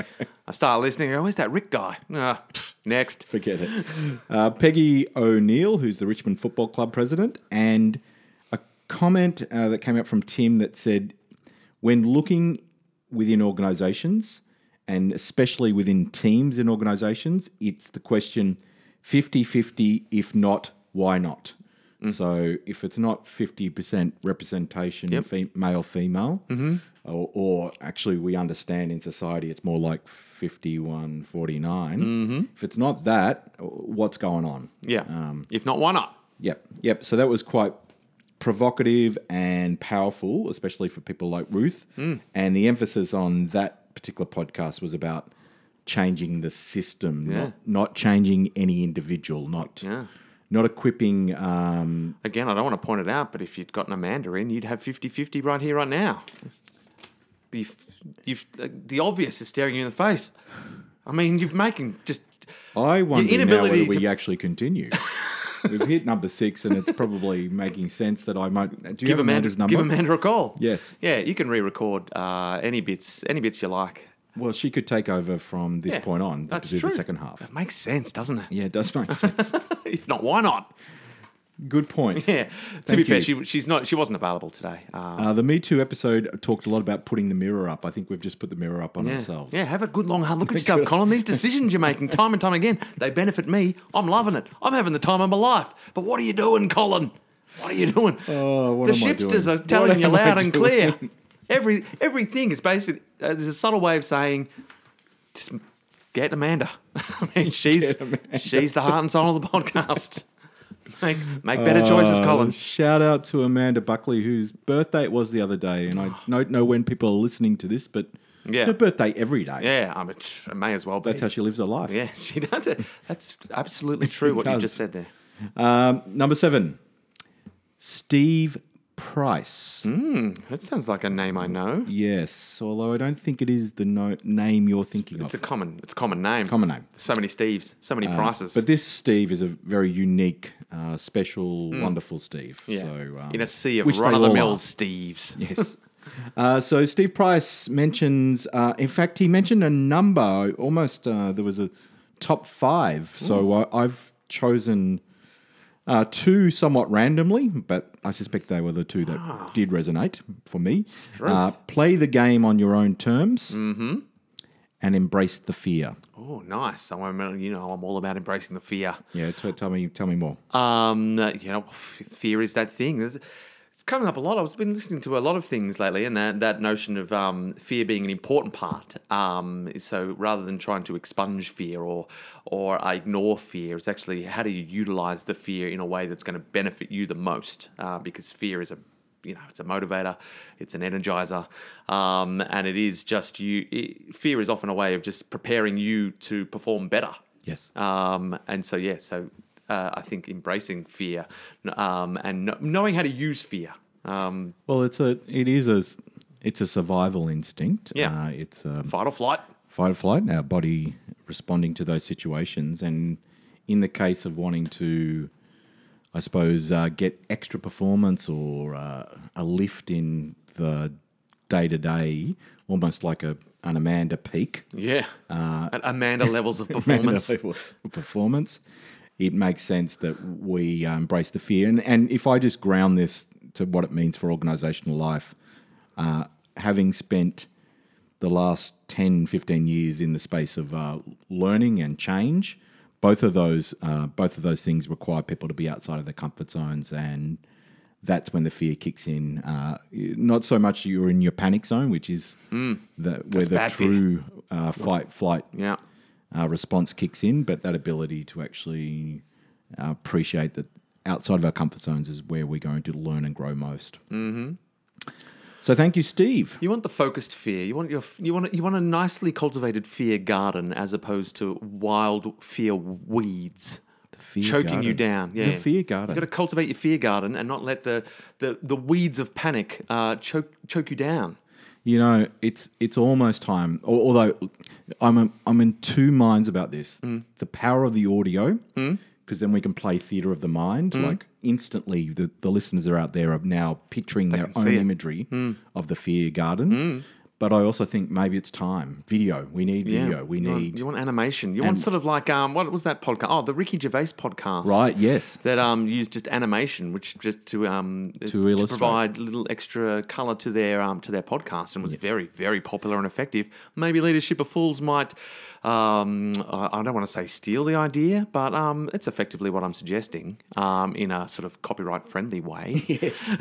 Speaker 1: I start listening. I go, Where's that Rick guy? Ah, pff, next.
Speaker 2: Forget it. Uh, Peggy O'Neill, who's the Richmond Football Club president, and a comment uh, that came out from Tim that said, when looking within organisations, and especially within teams in organisations, it's the question 50 50, if not, why not? So if it's not 50% representation, fe- male, female, or, or actually we understand in society it's more like 51, 49. If it's not that, what's going on?
Speaker 1: Yeah.
Speaker 2: Um.
Speaker 1: if not, why not?
Speaker 2: Yep, yep. So that was quite provocative and powerful, especially for people like Ruth.
Speaker 1: Mm.
Speaker 2: And the emphasis on that particular podcast was about changing the system, not, not changing any individual, not
Speaker 1: Yeah.
Speaker 2: not equipping. Um,
Speaker 1: Again, I don't want to point it out, but if you'd gotten Amanda in, you'd have 50 50 right here, right now. You've, you've, like, the obvious is staring you in the face. I mean, you're making just.
Speaker 2: I wonder now
Speaker 1: inability
Speaker 2: whether we
Speaker 1: to-
Speaker 2: actually continue.
Speaker 1: [laughs]
Speaker 2: We've hit number six, and it's probably making sense that I might. Do you
Speaker 1: Give
Speaker 2: have
Speaker 1: Amanda,
Speaker 2: Amanda's number?
Speaker 1: give Amanda a call.
Speaker 2: Yes.
Speaker 1: Yeah, you can re-record uh, any bits, any bits you like.
Speaker 2: Well, she could take over from this
Speaker 1: Yeah,
Speaker 2: point on
Speaker 1: that's
Speaker 2: to do
Speaker 1: true.
Speaker 2: the second half.
Speaker 1: That makes sense, doesn't it?
Speaker 2: Yeah, it
Speaker 1: [laughs]
Speaker 2: does make sense.
Speaker 1: if not, why not?
Speaker 2: Good point.
Speaker 1: Yeah. To be
Speaker 2: Thank
Speaker 1: fair,
Speaker 2: you.
Speaker 1: she, she's not. She wasn't available today. Um,
Speaker 2: Uh, the Me Too episode talked a lot about putting the mirror up. I think we've just put the mirror up on
Speaker 1: yeah.
Speaker 2: ourselves.
Speaker 1: Yeah, have a good long hard look at yourself, Colin.
Speaker 2: [laughs]
Speaker 1: These decisions you're making time and time again, they benefit me. I'm loving it. I'm having the time of my life. But what are you doing, Colin? What are you doing?
Speaker 2: Oh, what
Speaker 1: the
Speaker 2: am I
Speaker 1: shipsters
Speaker 2: doing?
Speaker 1: are telling
Speaker 2: What
Speaker 1: you
Speaker 2: am I
Speaker 1: loud and clear.
Speaker 2: doing? [laughs]
Speaker 1: Every everything is basically uh, there's a subtle way of saying just get Amanda. [laughs] I mean, she's
Speaker 2: Get Amanda.
Speaker 1: she's the heart and soul of the podcast. [laughs] make make better choices,
Speaker 2: Uh,
Speaker 1: Colin.
Speaker 2: Shout out to Amanda Buckley, whose birthday it was the other day.
Speaker 1: [sighs]
Speaker 2: And I don't know when people are listening to this, but
Speaker 1: Yeah.
Speaker 2: it's her birthday every day.
Speaker 1: Yeah, I mean, tch, it may as well be.
Speaker 2: That's how she lives her
Speaker 1: [laughs]
Speaker 2: life.
Speaker 1: yeah, she does it. That's
Speaker 2: [laughs]
Speaker 1: absolutely true. what you
Speaker 2: does.
Speaker 1: just said there.
Speaker 2: Um, number seven, Steve Price.
Speaker 1: Hmm? That sounds like a name I know.
Speaker 2: Yes, although I don't think it is the no- name you're thinking
Speaker 1: It's a
Speaker 2: of.
Speaker 1: common. It's a common name.
Speaker 2: Common name.
Speaker 1: So many Steves. So many prices.
Speaker 2: But this Steve is a very unique, uh, special, wonderful Steve.
Speaker 1: Hmm. yeah.
Speaker 2: So um,
Speaker 1: in a sea of
Speaker 2: which they
Speaker 1: run of the
Speaker 2: all
Speaker 1: mill
Speaker 2: are.
Speaker 1: Steves.
Speaker 2: Yes. Uh, so Steve Price mentions, uh, in fact, he mentioned a number. Almost uh, there was a top five. So I, I've chosen uh, two somewhat randomly, but I suspect they were the two that did resonate for me. Uh, play the game on your own terms, and embrace the fear.
Speaker 1: Oh, nice. So I'm, you know, I'm all about embracing the fear.
Speaker 2: Yeah, t- tell me, tell me more.
Speaker 1: Um, you know, f- fear is that thing. There's- It's coming up a lot. I've been listening to a lot of things lately, and that, that notion of um, fear being an important part. Um, so rather than trying to expunge fear or or uh, ignore fear, it's actually how do you utilize the fear in a way that's going to benefit you the most? Uh, because fear is a you know, it's a motivator, it's an energizer, um, and it is just you. It, fear is often a way of just preparing you to perform better.
Speaker 2: Yes.
Speaker 1: Um, and so, yeah, so uh, I think embracing fear um, and kn- knowing how to use fear. Um,
Speaker 2: Well, it's a, it is a, s- it's a survival instinct.
Speaker 1: Yeah.
Speaker 2: Uh, it's um,
Speaker 1: fight or flight.
Speaker 2: fight or flight, our body responding to those situations. And in the case of wanting to, I suppose, uh, get extra performance or uh, a lift in the day to day, almost like a, an Amanda peak
Speaker 1: Yeah. Uh, At Amanda levels
Speaker 2: [laughs]
Speaker 1: of performance.
Speaker 2: levels of performance, it makes sense that we uh, embrace the fear. And, and if I just ground this to what it means for organizational life, uh, having spent the last 10, 15 years in the space of uh, learning and change, both of those uh, both of those things require people to be outside of their comfort zones and that's when the fear kicks in. Uh, not so much you're in your panic zone, which is the, where the
Speaker 1: Hmm. bad fear.
Speaker 2: true uh, fight flight
Speaker 1: yeah.
Speaker 2: uh, response kicks in, but that ability to actually uh, appreciate that outside of our comfort zones is where we're going to learn and grow most. Mm-hmm. So thank you, Steve.
Speaker 1: You want the focused fear. You want your you want you want a nicely cultivated fear garden as opposed to wild fear weeds.
Speaker 2: Fear
Speaker 1: choking
Speaker 2: garden.
Speaker 1: you down. Yeah,
Speaker 2: The fear garden.
Speaker 1: You've got to cultivate your fear garden and not let the the, the weeds of panic uh, choke choke you down.
Speaker 2: You know, it's it's almost time. al- Although I'm i I'm in two minds about this.
Speaker 1: Mm.
Speaker 2: The power of the audio, because then we can play theater of the mind.
Speaker 1: Mm.
Speaker 2: Like instantly, the, the listeners are out there are now picturing their
Speaker 1: can
Speaker 2: own
Speaker 1: see it. Mm.
Speaker 2: imagery of the fear garden. But I also think maybe it's time. Video. We need
Speaker 1: Yeah.
Speaker 2: video. We
Speaker 1: you
Speaker 2: need
Speaker 1: Want, you want animation. You want sort of like um, what was that podcast? Oh, the Ricky Gervais podcast.
Speaker 2: right. Yes.
Speaker 1: That um used just animation, which just to um to,
Speaker 2: illustrate.
Speaker 1: provide little extra color to their um to their podcast, and was very very popular and effective. Maybe Leadership of Fools might, um I I don't want to say steal the idea, but um it's effectively what I'm suggesting, um in a sort of copyright friendly way.
Speaker 2: Yes.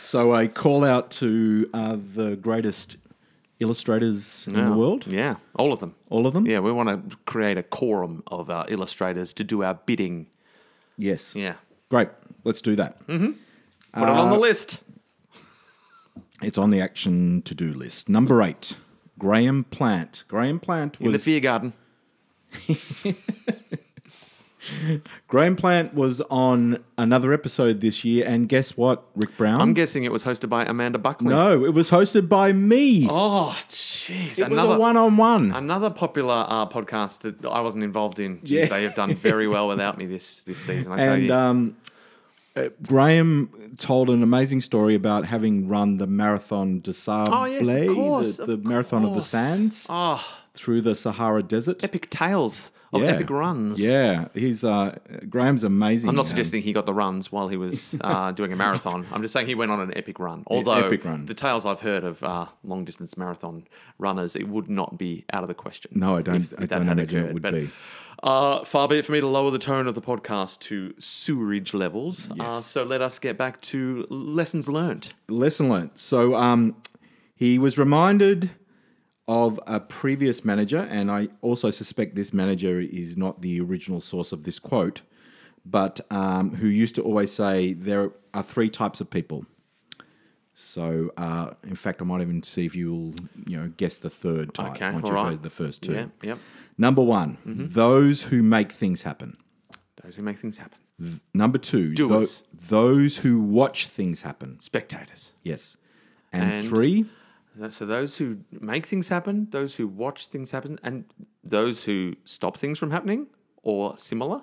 Speaker 2: so a call out to uh, the greatest illustrators [laughs] in the world.
Speaker 1: yeah, all of them.
Speaker 2: All of them.
Speaker 1: Yeah, we want to create a quorum of our illustrators to do our bidding.
Speaker 2: Yes.
Speaker 1: Yeah.
Speaker 2: Great. Let's do that.
Speaker 1: Mm-hmm. Put it
Speaker 2: Uh,
Speaker 1: on the list.
Speaker 2: It's on the action to do list. Number eight, Graham Plant. Graham Plant
Speaker 1: In the
Speaker 2: was
Speaker 1: fear garden.
Speaker 2: Graham Plant was on another episode this year, and guess what, Rick Brown?
Speaker 1: I'm guessing it was hosted by Amanda Buckley.
Speaker 2: no, it was hosted by me.
Speaker 1: Oh, jeez.
Speaker 2: it was
Speaker 1: Another
Speaker 2: a one-on-one.
Speaker 1: another popular uh, podcast that I wasn't involved in. Jeez,
Speaker 2: Yeah.
Speaker 1: They have done very well without me this this season. I tell
Speaker 2: And uh,
Speaker 1: you.
Speaker 2: um, Graham told an amazing story about having run the Marathon de Sable,
Speaker 1: Oh, yes, of course.
Speaker 2: the, the
Speaker 1: of
Speaker 2: Marathon of the
Speaker 1: course.
Speaker 2: Sands
Speaker 1: Ah,
Speaker 2: through the Sahara Desert.
Speaker 1: epic tales of
Speaker 2: Yeah.
Speaker 1: epic runs.
Speaker 2: Yeah, he's uh, Graham's amazing.
Speaker 1: I'm not
Speaker 2: man.
Speaker 1: suggesting he got the runs while he
Speaker 2: [laughs]
Speaker 1: was uh, doing a marathon. I'm just saying he went on an epic run. Although
Speaker 2: epic run.
Speaker 1: the tales I've heard of uh, long distance marathon runners, it would not be out of the question.
Speaker 2: No, I don't.
Speaker 1: if- if
Speaker 2: I
Speaker 1: that
Speaker 2: don't
Speaker 1: had
Speaker 2: imagine it
Speaker 1: occurred.
Speaker 2: would
Speaker 1: But,
Speaker 2: be.
Speaker 1: Uh, far be it for me to lower the tone of the podcast to sewerage levels. Uh, so let us get back to lessons learnt.
Speaker 2: Lesson learnt. So um, he was reminded of a previous manager, and I also suspect this manager is not the original source of this quote, but um, who used to always say there are three types of people. So, uh, in fact, I might even see if you'll, you know, guess the third type
Speaker 1: Okay,
Speaker 2: once
Speaker 1: all
Speaker 2: you've
Speaker 1: right.
Speaker 2: heard the first two.
Speaker 1: Yeah, Mm-hmm. yep.
Speaker 2: Number one, those who make things happen.
Speaker 1: Those who make things happen.
Speaker 2: Number two, tho-
Speaker 1: Doers.
Speaker 2: those who watch things happen.
Speaker 1: Spectators.
Speaker 2: Yes. And,
Speaker 1: And-
Speaker 2: three,
Speaker 1: So those who make things happen, those who watch things happen, and those who stop things from happening or similar.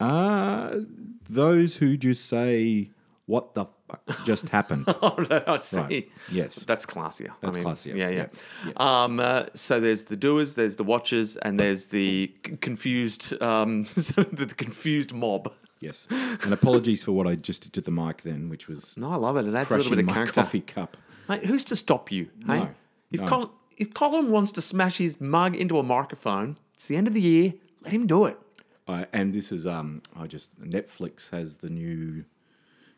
Speaker 2: uh, those who just say, what the fuck just
Speaker 1: [laughs]
Speaker 2: happened?
Speaker 1: Oh, no, I see.
Speaker 2: Yes.
Speaker 1: That's classier.
Speaker 2: That's classier.
Speaker 1: Yeah, yeah.
Speaker 2: Yep. Yep.
Speaker 1: Um, uh, so there's the doers, there's the watchers, and there's the c- confused, um, [laughs] so the confused mob.
Speaker 2: yes. And apologies for what I just did to the mic then, which was
Speaker 1: No, I love it. It adds a little
Speaker 2: crushing
Speaker 1: bit of
Speaker 2: my
Speaker 1: character.
Speaker 2: coffee cup.
Speaker 1: Mate, who's to stop you? hey? If,
Speaker 2: no.
Speaker 1: Colin, if Colin wants to smash his mug into a microphone, it's the end of the year. Let him do it.
Speaker 2: I and this is, um, I just, Netflix has the new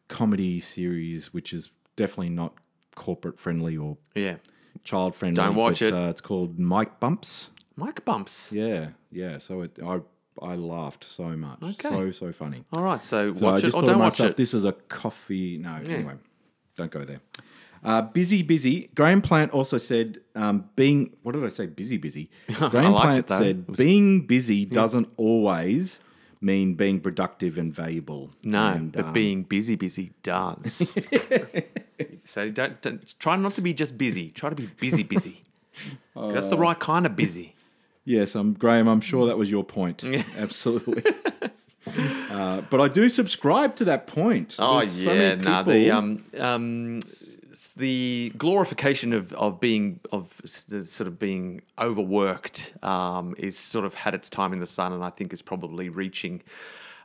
Speaker 2: comedy series, which is definitely not corporate friendly or
Speaker 1: Yeah.
Speaker 2: child friendly.
Speaker 1: Don't watch
Speaker 2: but,
Speaker 1: it.
Speaker 2: Uh, it's called Mike Bumps.
Speaker 1: Mic bumps.
Speaker 2: Yeah, yeah. So it, I I laughed so much.
Speaker 1: Okay.
Speaker 2: So so funny.
Speaker 1: All right, so
Speaker 2: So I
Speaker 1: watch
Speaker 2: just
Speaker 1: it or
Speaker 2: thought to
Speaker 1: don't watch
Speaker 2: myself,
Speaker 1: it.
Speaker 2: this is a coffee. No, anyway, don't go there. Uh, busy, busy. Graham Plant also said, um, "Being what did I say? Busy,
Speaker 1: [laughs]
Speaker 2: busy." Graham
Speaker 1: liked
Speaker 2: Plant
Speaker 1: it, though.
Speaker 2: said, "Being busy doesn't always mean being productive and valuable."
Speaker 1: No,
Speaker 2: And,
Speaker 1: but
Speaker 2: um,
Speaker 1: being busy, busy does.
Speaker 2: [laughs]
Speaker 1: so don't, don't try not to be just busy. Try to be busy,
Speaker 2: [laughs]
Speaker 1: busy. 'Cause That's the right kind of busy.
Speaker 2: Yes, um, Graham, I'm sure that was your point. [laughs] Absolutely. Uh, but I do subscribe to that point.
Speaker 1: Oh
Speaker 2: There's so
Speaker 1: yeah,
Speaker 2: many
Speaker 1: nah, the
Speaker 2: people-
Speaker 1: um um s- s- the glorification of of being of s- the sort of being overworked um is sort of had its time in the sun, and I think is probably reaching.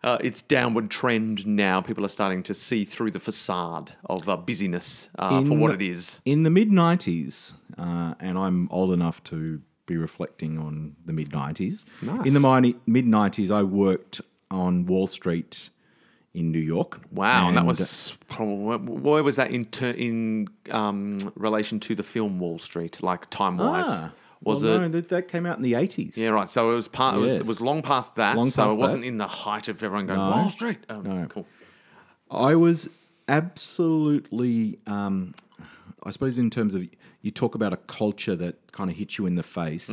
Speaker 1: Uh, its downward trend now. People are starting to see through the facade of uh, busyness uh, for
Speaker 2: In-
Speaker 1: what it is.
Speaker 2: In the mid 90s, uh, and I'm old enough to be reflecting on the mid 90s.
Speaker 1: Nice.
Speaker 2: In the mid 90s, I worked on Wall Street in New York.
Speaker 1: Wow,
Speaker 2: uh,
Speaker 1: and that was probably where was that in ter- in um, relation to the film Wall Street, like time wise?
Speaker 2: Ah,
Speaker 1: was
Speaker 2: well,
Speaker 1: it?
Speaker 2: No, that, that came out in the 80s.
Speaker 1: Yeah, right. So it was part. It, was,
Speaker 2: Yes.
Speaker 1: it was long past that.
Speaker 2: Long
Speaker 1: so
Speaker 2: past
Speaker 1: it
Speaker 2: that.
Speaker 1: wasn't in the height of everyone going Wall Street. Um, Cool.
Speaker 2: I was absolutely, um, I suppose, in terms of you talk about a culture that kind of hits you in the face,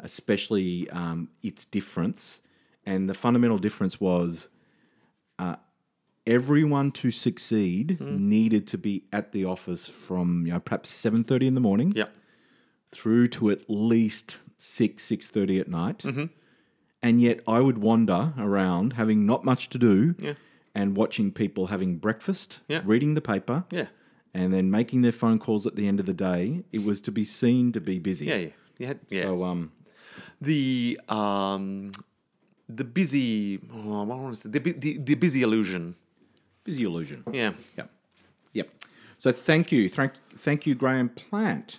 Speaker 2: especially um, its difference. And the fundamental difference was uh, everyone to succeed needed to be at the office from you know perhaps seven thirty in the morning
Speaker 1: Yep.
Speaker 2: through to at least six six thirty at night,
Speaker 1: Mm-hmm.
Speaker 2: and yet I would wander around having not much to do,
Speaker 1: Yeah.
Speaker 2: and watching people having breakfast,
Speaker 1: Yeah.
Speaker 2: reading the paper,
Speaker 1: Yeah.
Speaker 2: and then making their phone calls at the end of the day. It was to be seen to be busy.
Speaker 1: Yeah. Yeah. You had, yes.
Speaker 2: So um,
Speaker 1: the um the busy oh, what was it? The, bu- the the busy illusion.
Speaker 2: busy illusion.
Speaker 1: Yeah.
Speaker 2: Yep. Yep. So thank you, thank thank you, Graham Plant.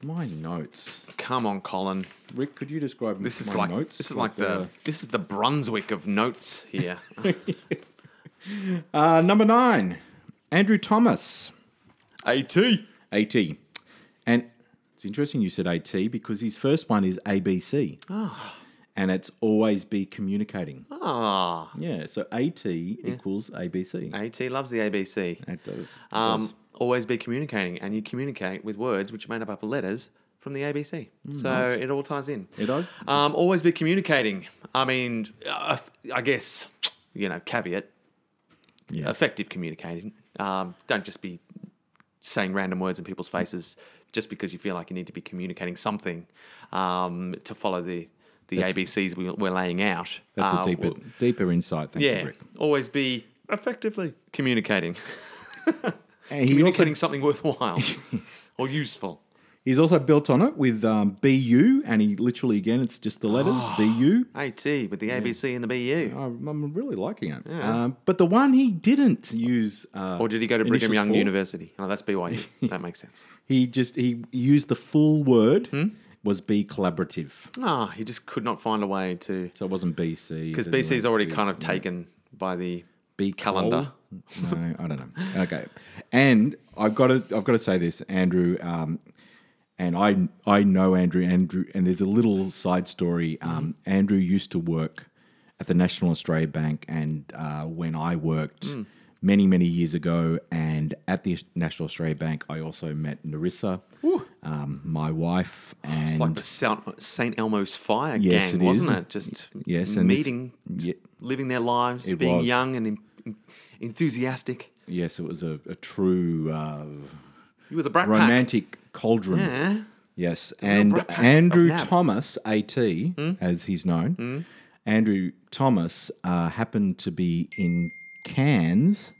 Speaker 2: My notes,
Speaker 1: Come on, Colin.
Speaker 2: Rick. Could you describe
Speaker 1: This is
Speaker 2: my
Speaker 1: like
Speaker 2: notes?
Speaker 1: this is like, the this is the Brunswick of notes
Speaker 2: [laughs]
Speaker 1: here.
Speaker 2: uh, uh, number nine, Andrew Thomas.
Speaker 1: At
Speaker 2: AT. And it's interesting you said AT because his first one is ABC. And it's always be communicating.
Speaker 1: ah.
Speaker 2: Yeah, so AT equals ABC.
Speaker 1: AT loves the ABC.
Speaker 2: It does. it
Speaker 1: Um,
Speaker 2: does.
Speaker 1: always be communicating, and you communicate with words which are made up of letters from the ABC. so it all ties in.
Speaker 2: Mm, It does.
Speaker 1: Um, always be communicating. I mean, uh, I guess, you know, caveat,
Speaker 2: Yes.
Speaker 1: effective communicating. Um, don't just be saying random words in people's faces just because you feel like you need to be communicating something um, to follow the, the ABCs we, we're laying out.
Speaker 2: That's
Speaker 1: Uh,
Speaker 2: a deeper, deeper insight. Thank
Speaker 1: yeah,
Speaker 2: you, Rick.
Speaker 1: always be effectively communicating,
Speaker 2: And he also,
Speaker 1: communicating something
Speaker 2: [laughs]
Speaker 1: worthwhile or useful.
Speaker 2: he's also built on it with um, BU, and he literally, again, it's just the letters
Speaker 1: Ah.
Speaker 2: BU.
Speaker 1: AT with the ABC and the BU.
Speaker 2: I'm I'm really liking it. Um, but the one he didn't use, uh,
Speaker 1: Or did he go to Brigham
Speaker 2: Initials
Speaker 1: Young
Speaker 2: four.
Speaker 1: University? No, that's
Speaker 2: [laughs]
Speaker 1: BYU. that makes sense.
Speaker 2: he just he used the full word
Speaker 1: Hmm?
Speaker 2: was be collaborative,
Speaker 1: No, he just could not find a way to.
Speaker 2: so it wasn't BC
Speaker 1: Because
Speaker 2: It
Speaker 1: BC's
Speaker 2: was
Speaker 1: already kind of taken by the.
Speaker 2: be
Speaker 1: calendar.
Speaker 2: coal? No, I don't know. Okay, and I've got to I've got to say this, Andrew. Um, and I I know Andrew Andrew, and there's a little side story.
Speaker 1: Mm-hmm.
Speaker 2: Um, Andrew used to work at the National Australia Bank, and uh, when I worked
Speaker 1: Mm.
Speaker 2: many many years ago, and at the National Australia Bank, I also met Narissa, um, my wife, and
Speaker 1: Oh, It's like the South, St. Elmo's Fire
Speaker 2: Yes,
Speaker 1: gang,
Speaker 2: it is.
Speaker 1: wasn't it? Just
Speaker 2: Yes, and this-
Speaker 1: meeting,
Speaker 2: Ye-
Speaker 1: living their lives,
Speaker 2: It
Speaker 1: being
Speaker 2: was.
Speaker 1: young and en- en- enthusiastic.
Speaker 2: yes, it was a, a true uh,
Speaker 1: You were the brat
Speaker 2: romantic cauldron.
Speaker 1: pack. Yeah.
Speaker 2: Yes, and
Speaker 1: Brat Pack
Speaker 2: Andrew
Speaker 1: of NAB. Hmm?
Speaker 2: Thomas, AT, as he's known, Andrew Thomas uh, happened to be in Cairns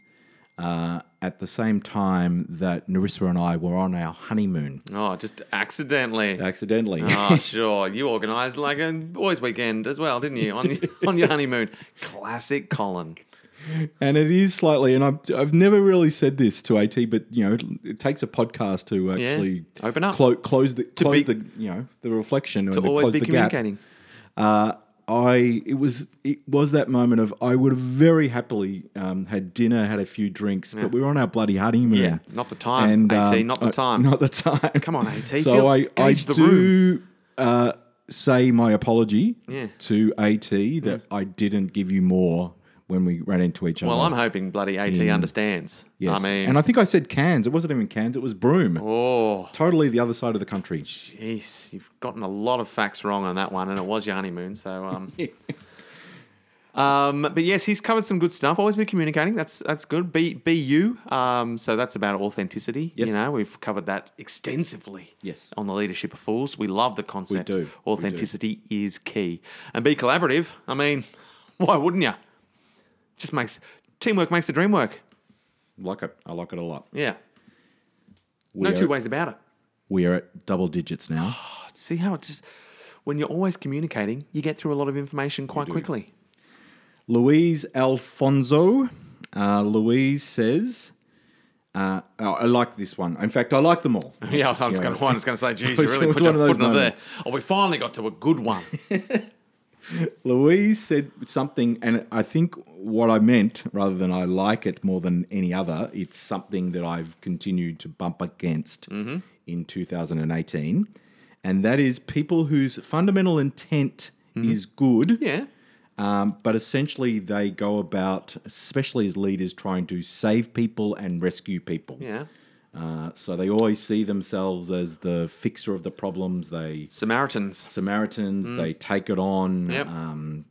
Speaker 2: uh, at the same time that Narissa and I were on our honeymoon
Speaker 1: Oh, just accidentally.
Speaker 2: accidentally.
Speaker 1: Oh, sure. You organised like a boys' weekend as well, didn't you?
Speaker 2: [laughs]
Speaker 1: On on your honeymoon. Classic Colin.
Speaker 2: [laughs] and it is slightly, and I've, I've never really said this to AT, but you know, it, it takes a podcast to actually
Speaker 1: Open up.
Speaker 2: clo- close the close
Speaker 1: be-
Speaker 2: the you know the reflection and to
Speaker 1: Always
Speaker 2: close
Speaker 1: be
Speaker 2: the gap.
Speaker 1: communicating.
Speaker 2: Uh, I it was it was that moment of I would have very happily um, had dinner, had a few drinks, but we were on our bloody honeymoon.
Speaker 1: Yeah, not the time, AT, not the
Speaker 2: uh,
Speaker 1: time.
Speaker 2: not the time.
Speaker 1: Come on, AT,
Speaker 2: So
Speaker 1: feel-
Speaker 2: I I
Speaker 1: gauge the
Speaker 2: do uh, say my apology
Speaker 1: Yeah. Mm.
Speaker 2: to AT that I didn't give you more when we ran into each other.
Speaker 1: Well, I'm hoping bloody AT understands.
Speaker 2: Mm. Yes.
Speaker 1: I mean,
Speaker 2: and I think I said Cairns. It wasn't even Cairns. It was Broome.
Speaker 1: oh,
Speaker 2: Totally the other side of the country.
Speaker 1: jeez, you've gotten a lot of facts wrong on that one, and it was your honeymoon. So,
Speaker 2: [laughs]
Speaker 1: um, um, but yes, he's covered some good stuff. Always be communicating. That's that's good. Be be you. Um, so that's about authenticity.
Speaker 2: Yes.
Speaker 1: You know, we've covered that extensively.
Speaker 2: Yes.
Speaker 1: On the leadership of fools, we love the concept.
Speaker 2: do. We do.
Speaker 1: Authenticity is key, and be collaborative. I mean, [laughs] why wouldn't you? Just makes teamwork makes the dream work.
Speaker 2: Like it. I like it a lot.
Speaker 1: Yeah.
Speaker 2: We
Speaker 1: no two
Speaker 2: are-
Speaker 1: ways about it.
Speaker 2: We are at double digits now.
Speaker 1: See how it's just when you're always communicating, you get through a lot of information quite quickly.
Speaker 2: Louise Alfonso. Uh, Louise says, uh, oh, I like this one. In fact, I like them all.
Speaker 1: [laughs] Yeah, I was going to. I was going to say,
Speaker 2: [laughs]
Speaker 1: geez, you
Speaker 2: It's
Speaker 1: really put
Speaker 2: one
Speaker 1: your
Speaker 2: of those
Speaker 1: foot in there.
Speaker 2: moments.
Speaker 1: Oh, we finally got to a good
Speaker 2: [laughs]
Speaker 1: one.
Speaker 2: Louise said something, and I think what I meant, rather than I like it more than any other, it's something that I've continued to bump against
Speaker 1: Mm-hmm.
Speaker 2: in 2018. And that is people whose fundamental intent
Speaker 1: Mm-hmm.
Speaker 2: is good.
Speaker 1: Yeah,
Speaker 2: Um, but essentially, they go about, especially as leaders, trying to save people and rescue people.
Speaker 1: yeah.
Speaker 2: Uh, so they always see themselves as the fixer of the problems. They
Speaker 1: Samaritans.
Speaker 2: Samaritans. They take it on.
Speaker 1: Mm. Yep.
Speaker 2: Um,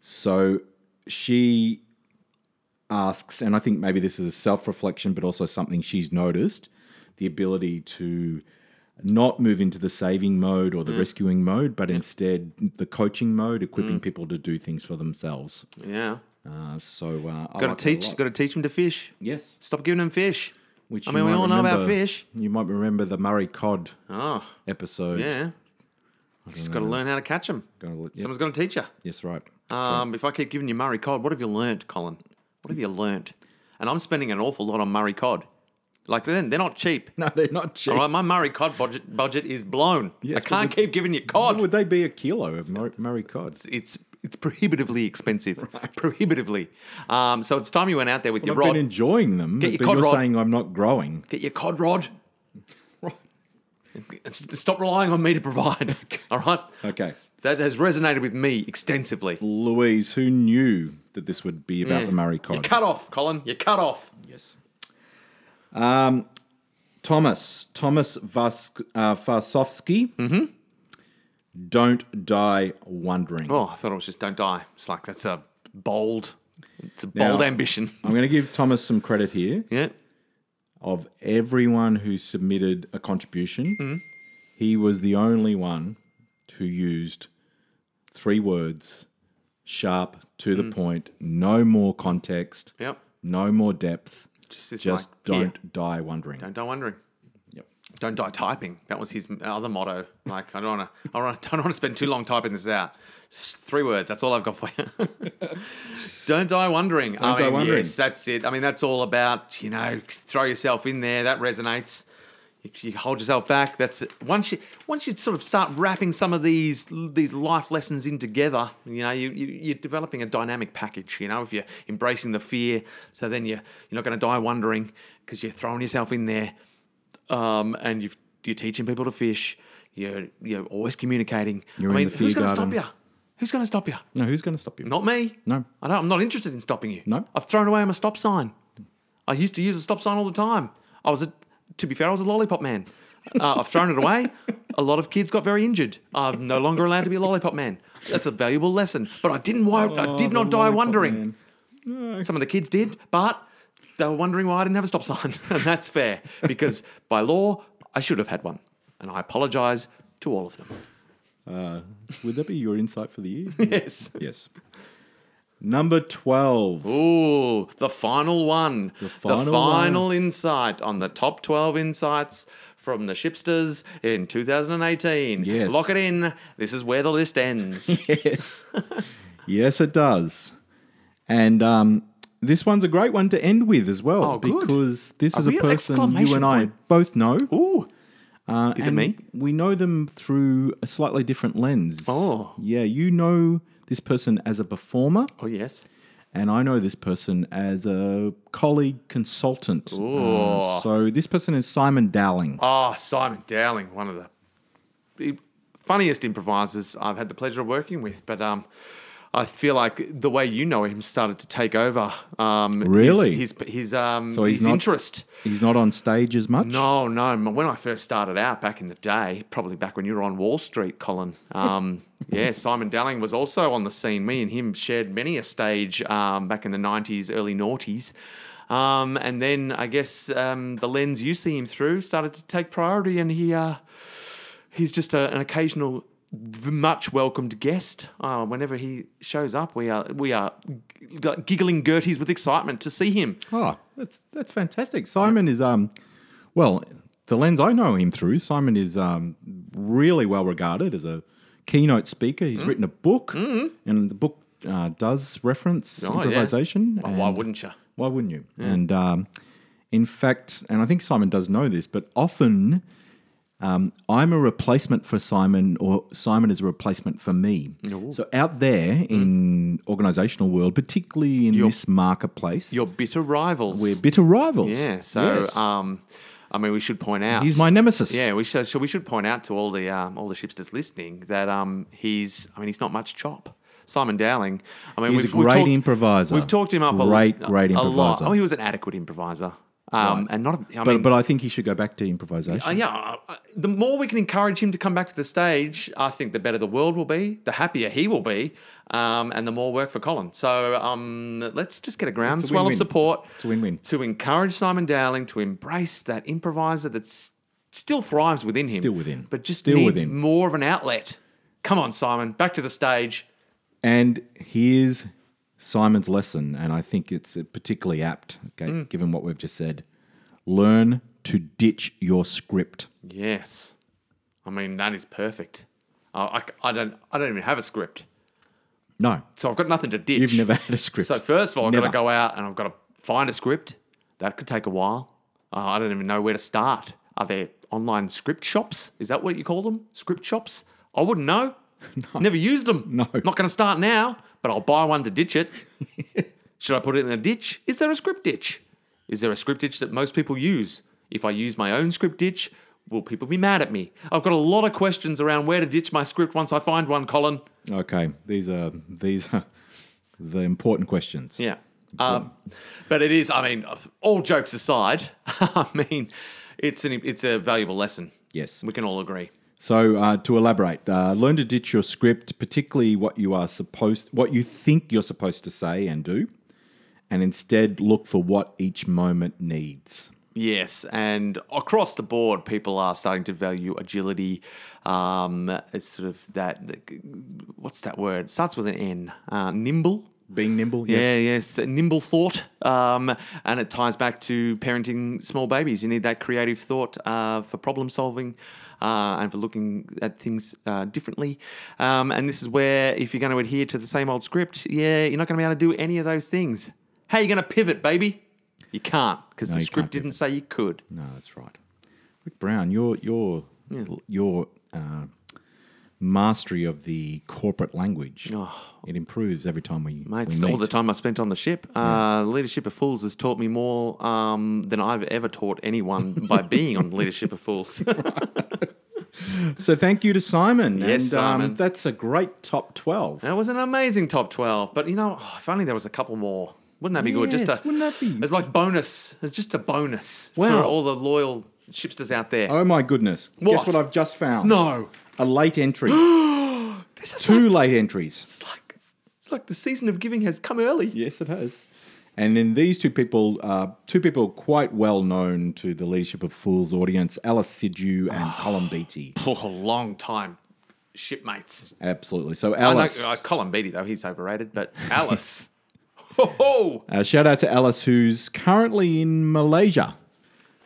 Speaker 2: so she asks, and I think maybe this is a self-reflection, but also something she's noticed: the ability to not move into the saving mode
Speaker 1: Mm.
Speaker 2: or the rescuing mode, but instead the coaching mode, equipping
Speaker 1: Mm.
Speaker 2: people to do things for themselves.
Speaker 1: Yeah.
Speaker 2: Uh, so uh, I
Speaker 1: Got
Speaker 2: like
Speaker 1: to
Speaker 2: that a
Speaker 1: teach.
Speaker 2: lot.
Speaker 1: Got to teach them to fish.
Speaker 2: yes.
Speaker 1: Stop giving them fish.
Speaker 2: Which
Speaker 1: I
Speaker 2: you
Speaker 1: mean, we
Speaker 2: might
Speaker 1: all know about
Speaker 2: remember-
Speaker 1: fish.
Speaker 2: You might remember the Murray cod
Speaker 1: Oh,
Speaker 2: episode.
Speaker 1: yeah. You just got to learn how to catch them.
Speaker 2: Gotta let- yep,
Speaker 1: Someone's got to teach you.
Speaker 2: Yes, right.
Speaker 1: Um, if I keep giving you Murray cod, what have you learnt, Colin? What have you learnt? And I'm spending an awful lot on Murray cod. Like then they're not [laughs] cheap.
Speaker 2: No, they're Oh, not cheap.
Speaker 1: All right, my Murray cod budget budget is blown.
Speaker 2: Yes,
Speaker 1: I
Speaker 2: but
Speaker 1: can't
Speaker 2: would-
Speaker 1: keep giving you
Speaker 2: What
Speaker 1: cod.
Speaker 2: would they be a kilo of Murray, Murray cod?
Speaker 1: it's it's prohibitively expensive, prohibitively. Um, so it's time you went out there with your
Speaker 2: I've
Speaker 1: rod.
Speaker 2: been enjoying them,
Speaker 1: your
Speaker 2: but
Speaker 1: cod
Speaker 2: you're
Speaker 1: rod.
Speaker 2: saying I'm not growing.
Speaker 1: Get your cod [laughs] rod.
Speaker 2: Right.
Speaker 1: And s- Stop relying on me to [laughs] provide. All right.
Speaker 2: Okay.
Speaker 1: That has resonated with me extensively.
Speaker 2: Louise, who knew that this would be about the Murray
Speaker 1: You're
Speaker 2: cod?
Speaker 1: cut off, Colin. You're cut off.
Speaker 2: Yes. Um, Thomas Thomas Vask, uh, Varsovsky. Don't die wondering.
Speaker 1: Oh, I thought it was just don't die. It's like that's a bold, it's a
Speaker 2: Now-
Speaker 1: bold ambition. [laughs]
Speaker 2: I'm going to give Thomas some credit here.
Speaker 1: Yeah.
Speaker 2: Of everyone who submitted a contribution,
Speaker 1: Hmm.
Speaker 2: he was the only one who used
Speaker 1: Hmm.
Speaker 2: three words: sharp, to the point, no more context.
Speaker 1: Yep.
Speaker 2: No more depth.
Speaker 1: Just, this
Speaker 2: Just
Speaker 1: like, here.
Speaker 2: don't die wondering.
Speaker 1: Don't die wondering.
Speaker 2: Yep.
Speaker 1: Don't die typing. That was his other motto. Like I don't want to. I don't wanna- [laughs] don't want to spend too long typing this out. Just three words. That's all I've got for you. [laughs] don't die wondering. I
Speaker 2: Don't die
Speaker 1: mean,
Speaker 2: wondering.
Speaker 1: Yes, that's it. I mean, that's all about you know. Throw yourself in there. That resonates. You, you hold yourself back. That's it. once you once you sort of start wrapping some of these these life lessons in together. You know, you, you you're developing a dynamic package. You know, if you're embracing the fear, so then you you're not going to die wondering because you're throwing yourself in there um, and you've, you're teaching people to fish. You're you're always communicating.
Speaker 2: You're
Speaker 1: I
Speaker 2: in
Speaker 1: mean,
Speaker 2: the
Speaker 1: who's
Speaker 2: fear
Speaker 1: going to stop you?
Speaker 2: garden.
Speaker 1: Who's going to stop you?
Speaker 2: No, who's going to stop you?
Speaker 1: Not me.
Speaker 2: No.
Speaker 1: I don't, I'm not interested in stopping you.
Speaker 2: No.
Speaker 1: I've thrown away my stop sign. I used to use a stop sign all the time. I was a, to be fair, I was a lollipop man. Uh, I've thrown it away. A lot of kids got very injured. I'm no longer allowed to be a lollipop man. That's a valuable lesson. But I didn't. Wo- I did not die
Speaker 2: Oh,
Speaker 1: wondering. Some of the kids did, but they were wondering why I didn't have a stop sign. [laughs] and that's fair because by law, I should have had one. And I apologize to all of them.
Speaker 2: Uh, would that be your insight for the year?
Speaker 1: Yes.
Speaker 2: [laughs] yes. Number 12.
Speaker 1: Ooh, the final one. The
Speaker 2: final
Speaker 1: final insight on the top 12 insights from the Shipsters in 2018.
Speaker 2: Yes.
Speaker 1: Lock it in. This is where the list
Speaker 2: [laughs]
Speaker 1: ends.
Speaker 2: yes. yes, it does. And um, this one's a great one to end with as well
Speaker 1: Oh, good.
Speaker 2: because this
Speaker 1: A
Speaker 2: is a
Speaker 1: real
Speaker 2: person you
Speaker 1: exclamation
Speaker 2: and I both know.
Speaker 1: Ooh.
Speaker 2: Uh,
Speaker 1: Is it
Speaker 2: and
Speaker 1: me?
Speaker 2: We know them through a slightly different lens.
Speaker 1: Oh.
Speaker 2: Yeah, you know this person as a performer,
Speaker 1: Oh, yes.
Speaker 2: and I know this person as a colleague consultant. Uh, so this person is Simon Dowling.
Speaker 1: Ah, Simon Dowling, one of the the funniest improvisers I've had the pleasure of working with. But um, I feel like the way you know him started to take over. Um, his-
Speaker 2: Really?
Speaker 1: his his, um
Speaker 2: he's
Speaker 1: his
Speaker 2: not-
Speaker 1: interest.
Speaker 2: He's not on stage as much.
Speaker 1: No, no. m- When I first started out back in the day, probably back when you were on Wall Street, Colin. Um, [laughs] yeah, Simon Dowling was also on the scene. Me and him shared many a stage um, back in the '90s, early noughties. Um, and then I guess um, the lens you see him through started to take priority, and he uh, he's just a, an occasional, v- much welcomed guest. Uh, whenever he shows up, we are we are g- giggling Gerties with excitement to see him.
Speaker 2: Oh, that's that's fantastic. Simon is um, well, the lens I know him through. Simon is um, really well regarded as a keynote speaker.
Speaker 1: Mm.
Speaker 2: He's written a book, and the book uh, does reference
Speaker 1: Mm-hmm. Oh, yeah.
Speaker 2: improvisation.
Speaker 1: Well, why
Speaker 2: and-
Speaker 1: wouldn't you? Mm.
Speaker 2: why wouldn't you? And um, in fact, and I think Simon does know this, but often um, I'm a replacement for Simon, or Simon is a replacement for me. So out
Speaker 1: Mm.
Speaker 2: there in organizational world, particularly in this marketplace,
Speaker 1: Your bitter rivals.
Speaker 2: we're bitter rivals.
Speaker 1: Yeah. So,
Speaker 2: Yes.
Speaker 1: um, I mean, we should point out
Speaker 2: he's my nemesis.
Speaker 1: Yeah, we should. So we should point out to all the um, all the shipsters listening that um, he's. I mean, he's not much chop. Simon Dowling. I mean,
Speaker 2: He's a
Speaker 1: we've, we've
Speaker 2: great
Speaker 1: talked-
Speaker 2: improviser.
Speaker 1: We've talked him up a
Speaker 2: Great,
Speaker 1: a,
Speaker 2: great
Speaker 1: a lot.
Speaker 2: improviser.
Speaker 1: Oh, he was an adequate improviser. Um, and not. a- I
Speaker 2: but
Speaker 1: mean,
Speaker 2: but I think he should go back to improvisation.
Speaker 1: uh, yeah, uh, uh, the more we can encourage him to come back to the stage, I think the better the world will be, the happier he will be, um, and the more work for Colin. So um, let's just get a groundswell of
Speaker 2: win-win.
Speaker 1: support
Speaker 2: It's a win-win.
Speaker 1: to encourage Simon Dowling to embrace that improviser that s- still thrives within him,
Speaker 2: Still within.
Speaker 1: but just
Speaker 2: Still
Speaker 1: needs
Speaker 2: within.
Speaker 1: more of an outlet. Come on, Simon, back to the stage.
Speaker 2: And here's Simon's lesson, and I think it's particularly apt, okay,
Speaker 1: Mm.
Speaker 2: given what we've just said. Learn to ditch your script.
Speaker 1: Yes, I mean that is perfect. Uh, I, c- I don't, I don't even have a script,
Speaker 2: No,
Speaker 1: so I've got nothing to ditch.
Speaker 2: you've never had a script.
Speaker 1: So first of all, I've got to
Speaker 2: Never.
Speaker 1: go out and I've got to find a script. That could take a while. Uh, I don't even know where to start. Are there online script shops? Is that what you call them? Script shops? I wouldn't know. Never used them.
Speaker 2: [laughs] No.
Speaker 1: Not going to start now, but I'll buy one to ditch
Speaker 2: [laughs]
Speaker 1: it. Should I put it in a ditch? Is there a script ditch? Is there a script ditch that most people use? If I use my own script ditch, will people be mad at me? I've got a lot of questions around where to ditch my script once I find one, Colin.
Speaker 2: okay, these are these are the important questions.
Speaker 1: Yeah. Um, but it is, I mean, all jokes aside, [laughs] I mean, it's an it's a valuable lesson.
Speaker 2: Yes.
Speaker 1: We can all agree.
Speaker 2: So uh, to elaborate, uh, learn to ditch your script, particularly what you are supposed, what you think you're supposed to say and do, and instead look for what each moment needs.
Speaker 1: Yes, and across the board, people are starting to value agility. Um, it's sort of that, what's that word? It starts with an N. Uh, nimble.
Speaker 2: Being nimble, yes.
Speaker 1: Yeah, yes, that nimble thought, um, and it ties back to parenting small babies. You need that creative thought uh, for problem solving uh, and for looking at things uh, differently. Um, and this is where, if you're going to adhere to the same old script, yeah, you're not going to be able to do any of those things. How are you going to pivot, baby? You can't because
Speaker 2: No,
Speaker 1: the
Speaker 2: you
Speaker 1: script
Speaker 2: can't pivot.
Speaker 1: didn't say you could.
Speaker 2: No, that's right. Rick Brown, your your your uh, mastery of the corporate language it improves every time we,
Speaker 1: Oh. Mate,
Speaker 2: we
Speaker 1: it's all
Speaker 2: meet.
Speaker 1: the time I spent on the ship. Uh, Leadership of Fools has taught me more um, than I've ever taught anyone by being
Speaker 2: [laughs]
Speaker 1: on Leadership of Fools.
Speaker 2: so thank you to Simon.
Speaker 1: Yes,
Speaker 2: and, Um,
Speaker 1: Simon.
Speaker 2: that's a great top twelve.
Speaker 1: That was an amazing top 12. But, you know, oh, if only there was a couple more. Wouldn't that be good? Just
Speaker 2: Yes,
Speaker 1: a,
Speaker 2: wouldn't that be-
Speaker 1: It's like bonus. It's just a bonus
Speaker 2: Wow.
Speaker 1: for all the loyal shipsters out there.
Speaker 2: Oh my goodness! Guess
Speaker 1: What?
Speaker 2: what I've just found?
Speaker 1: no.
Speaker 2: a late entry. [gasps]
Speaker 1: This is like,
Speaker 2: Two late entries.
Speaker 1: it's like it's like the season of giving has come early.
Speaker 2: Yes, it has. And then these two people, uh, two people quite well known to the leadership of Fools audience, Alice Sidhu [sighs] and Colin Beatty.
Speaker 1: For a Oh, long time, shipmates.
Speaker 2: Absolutely. So
Speaker 1: I know,
Speaker 2: Alice,
Speaker 1: uh, Colin Beatty, though, he's overrated, but Alice. [laughs] ho, ho.
Speaker 2: Uh, shout out to Alice, who's currently in Malaysia.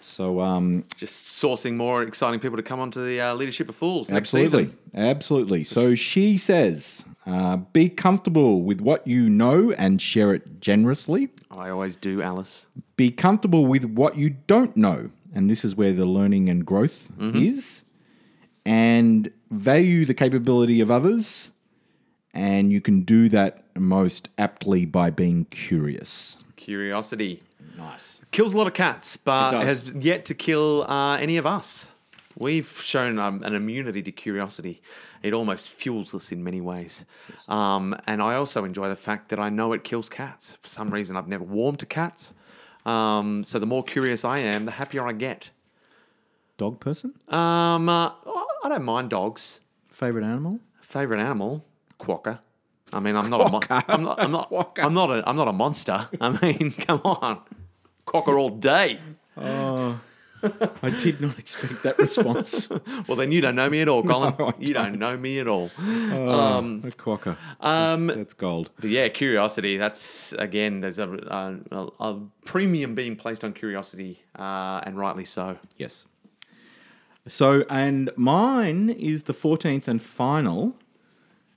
Speaker 2: So, um,
Speaker 1: Just sourcing more exciting people to come onto the uh, Leadership of Fools next
Speaker 2: absolutely.
Speaker 1: season.
Speaker 2: Absolutely. So she says, uh, be comfortable with what you know and share it generously.
Speaker 1: I always do, Alice.
Speaker 2: Be comfortable with what you don't know. And this is where the learning and growth is. And value the capability of others. And you can do that most aptly by being curious.
Speaker 1: Curiosity.
Speaker 2: Nice.
Speaker 1: kills a lot of cats, but
Speaker 2: It does.
Speaker 1: has yet to kill uh, any of us. We've shown um, an immunity to curiosity. It almost fuels us in many ways. Um, and I also enjoy the fact that I know it kills cats. For some reason, I've never warmed to cats. Um, so the more curious I am, the happier I get.
Speaker 2: Dog person?
Speaker 1: Um, uh, I don't mind dogs.
Speaker 2: Favorite animal?
Speaker 1: Favorite animal? Quokka. I mean, I'm not a mon- I'm not I'm not
Speaker 2: Quokka.
Speaker 1: I'm not a I'm not a monster. I mean, [laughs] come on, quokka all day.
Speaker 2: I did not [laughs] expect that [laughs] response.
Speaker 1: Well, then you don't know me [laughs] at all, Colin. you don't know me at all.
Speaker 2: um, a quokka. Um, that's, that's gold.
Speaker 1: But yeah, curiosity. That's again, there's a, a, a, a premium being placed on curiosity, uh, and rightly so.
Speaker 2: Yes. So, and mine is the 14th and final,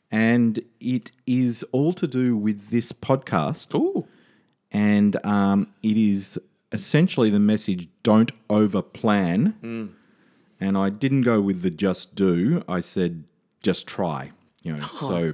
Speaker 2: and it is all to do with this podcast.
Speaker 1: Ooh,
Speaker 2: And um, it is essentially the message don't over plan.
Speaker 1: Hmm.
Speaker 2: And I didn't go with the just do, I said just try. You know, so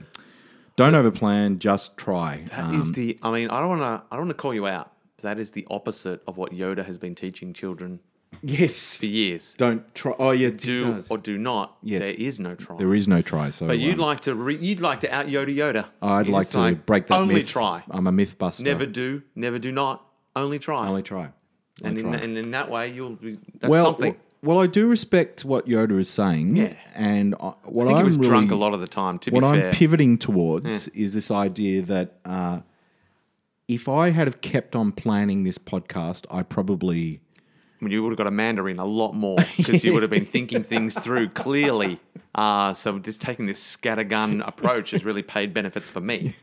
Speaker 2: don't over plan, just try.
Speaker 1: that is the. I mean, I don't want to. I don't want to call you out. That is the opposite of what Yoda has been teaching children
Speaker 2: yes.
Speaker 1: for years.
Speaker 2: Don't try. Oh, yeah, it
Speaker 1: Do
Speaker 2: does.
Speaker 1: or do not.
Speaker 2: Yes.
Speaker 1: There is no try.
Speaker 2: There is no try. So
Speaker 1: but you'd
Speaker 2: um,
Speaker 1: like to. Re, you'd like to out Yoda Yoda.
Speaker 2: I'd
Speaker 1: You're
Speaker 2: like
Speaker 1: just
Speaker 2: to break that.
Speaker 1: Only
Speaker 2: myth.
Speaker 1: try.
Speaker 2: I'm a myth buster.
Speaker 1: Never do. Never do not. Only try.
Speaker 2: only try.
Speaker 1: and,
Speaker 2: Only
Speaker 1: in,
Speaker 2: try.
Speaker 1: and in that way, you'll. Be, that's
Speaker 2: well,
Speaker 1: something.
Speaker 2: w- well, I do respect what Yoda is saying.
Speaker 1: Yeah.
Speaker 2: and I, what
Speaker 1: I think he
Speaker 2: am
Speaker 1: was
Speaker 2: really,
Speaker 1: drunk a lot of the time. To
Speaker 2: What
Speaker 1: be
Speaker 2: I'm
Speaker 1: fair,
Speaker 2: pivoting towards is this idea that uh, if I had have kept on planning this podcast, I probably
Speaker 1: I mean, you would have got a mandarin a lot more because
Speaker 2: [laughs]
Speaker 1: you would have been thinking things through clearly. Uh, so just taking this scattergun approach has really paid benefits for
Speaker 2: [laughs]
Speaker 1: me.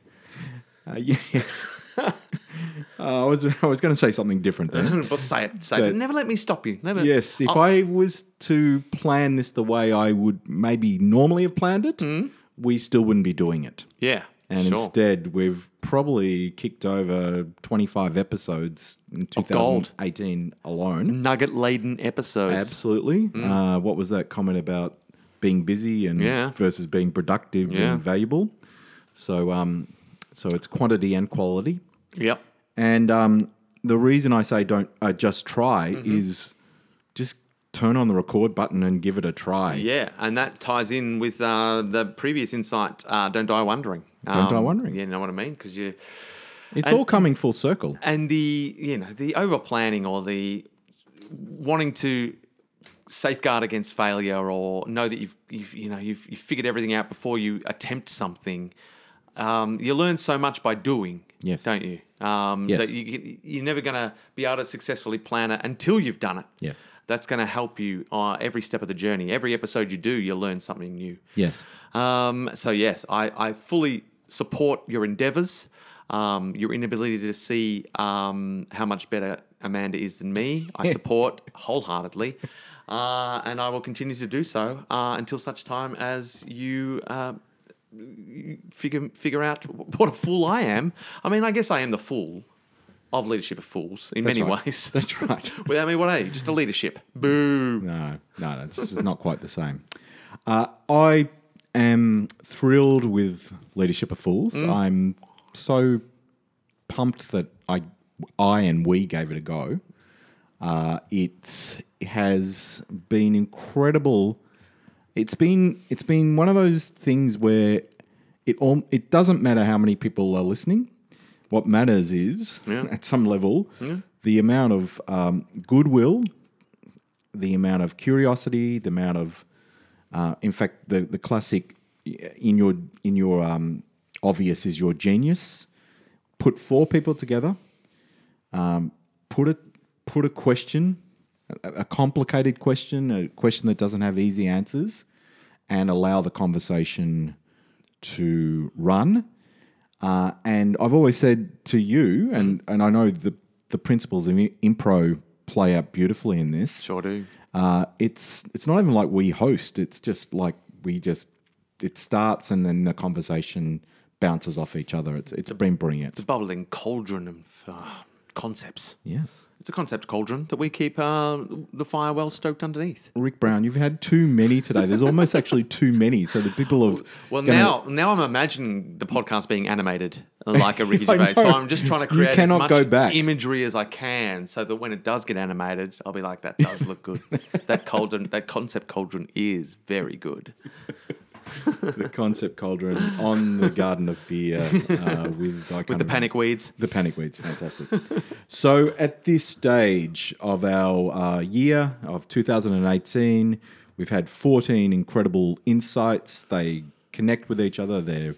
Speaker 2: uh, [laughs] yes. Uh, I was I was going to say something
Speaker 1: [laughs]
Speaker 2: different there.
Speaker 1: but say it, say
Speaker 2: That-
Speaker 1: it. Never let me stop you. Never.
Speaker 2: Yes, if
Speaker 1: Oh,
Speaker 2: I was to plan this the way I would maybe normally have planned it,
Speaker 1: Hmm.
Speaker 2: we still wouldn't be doing it.
Speaker 1: yeah.
Speaker 2: And
Speaker 1: sure.
Speaker 2: instead, we've probably kicked over 25 episodes in
Speaker 1: gold. Mm.
Speaker 2: 2018 alone.
Speaker 1: nugget laden episodes.
Speaker 2: Absolutely. Uh, what was that comment about being busy and
Speaker 1: Mm. Yeah.
Speaker 2: versus being productive
Speaker 1: Yeah.
Speaker 2: and valuable? So, um, so it's quantity and quality.
Speaker 1: Yep.
Speaker 2: And um, the reason I say don't uh, just try
Speaker 1: Mm-hmm.
Speaker 2: is just turn on the record button and give it a try.
Speaker 1: Yeah, and that ties in with uh, the previous insight. Uh, don't die wondering. Um,
Speaker 2: Don't die wondering.
Speaker 1: Yeah, know what I mean? Because you
Speaker 2: It's all coming full circle.
Speaker 1: and the you know the over planning or the wanting to safeguard against failure or know that you've, you've you know you've, you've figured everything out before you attempt something um, you learn so much by doing
Speaker 2: Yes.
Speaker 1: don't you um,
Speaker 2: Yes.
Speaker 1: that you, can- you're never going to be able to successfully plan it until you've done it
Speaker 2: Yes.
Speaker 1: that's going to help you uh, every step of the journey every episode you do you learn something new
Speaker 2: Yes. [laughs]
Speaker 1: um, so yes, I, I fully support your endeavours. um, your inability to see um, how much better Amanda is than me,
Speaker 2: [laughs]
Speaker 1: I support wholeheartedly. Uh, and I will continue to do so uh, until such time as you uh, figure figure out what a fool I am. I mean, I guess I am the fool of leadership of fools in
Speaker 2: That's
Speaker 1: many
Speaker 2: right.
Speaker 1: ways. [laughs]
Speaker 2: That's right.
Speaker 1: Well, I mean, what are you? Just a leadership. Boo.
Speaker 2: No, no, no, it's just not quite the same. Uh, I am thrilled with Leadership of Fools. I'm so pumped that I, I and we gave it a go. Uh, it has been incredible. It's been it's been one of those things where it all, it doesn't matter how many people are listening. What matters is [laughs] at some level the amount of um, goodwill the amount of curiosity, the amount of, uh, in fact, the the classic uh, in your in your um, obvious is your genius. Put four people together, um, put a put a question, a, a complicated question, a question that doesn't have easy answers, and allow the conversation to run. Uh, and I've always said to you, and, and I know the, the principles of i- impro play out beautifully in this
Speaker 1: Sure do.
Speaker 2: uh, it's it's not even like we host. It's just like we just it starts and then the conversation bounces off each other. It's it's been brilliant.
Speaker 1: It's a bubbling cauldron of uh, concepts.
Speaker 2: Yes,
Speaker 1: It's a concept cauldron that we keep uh, the fire well stoked underneath.
Speaker 2: Rick Brown, you've had too many today. There's almost actually too many. So the people of
Speaker 1: Well,
Speaker 2: gonna-
Speaker 1: now now I'm imagining the podcast being
Speaker 2: [laughs]
Speaker 1: animated like a Ricky
Speaker 2: I
Speaker 1: Gervais. So
Speaker 2: know.
Speaker 1: I'm just trying to
Speaker 2: You
Speaker 1: create as
Speaker 2: cannot
Speaker 1: much
Speaker 2: go back.
Speaker 1: imagery as I can, so that when it does get animated, I'll be like, "That does look
Speaker 2: [laughs]
Speaker 1: good. that cauldron, that concept cauldron is very good."
Speaker 2: the concept cauldron on the Garden of Fear uh, with I
Speaker 1: With the panic weeds,
Speaker 2: The panic weed's fantastic. [laughs] so at this stage of our uh, year of 2018, we've had 14 incredible insights. They connect with each other. They're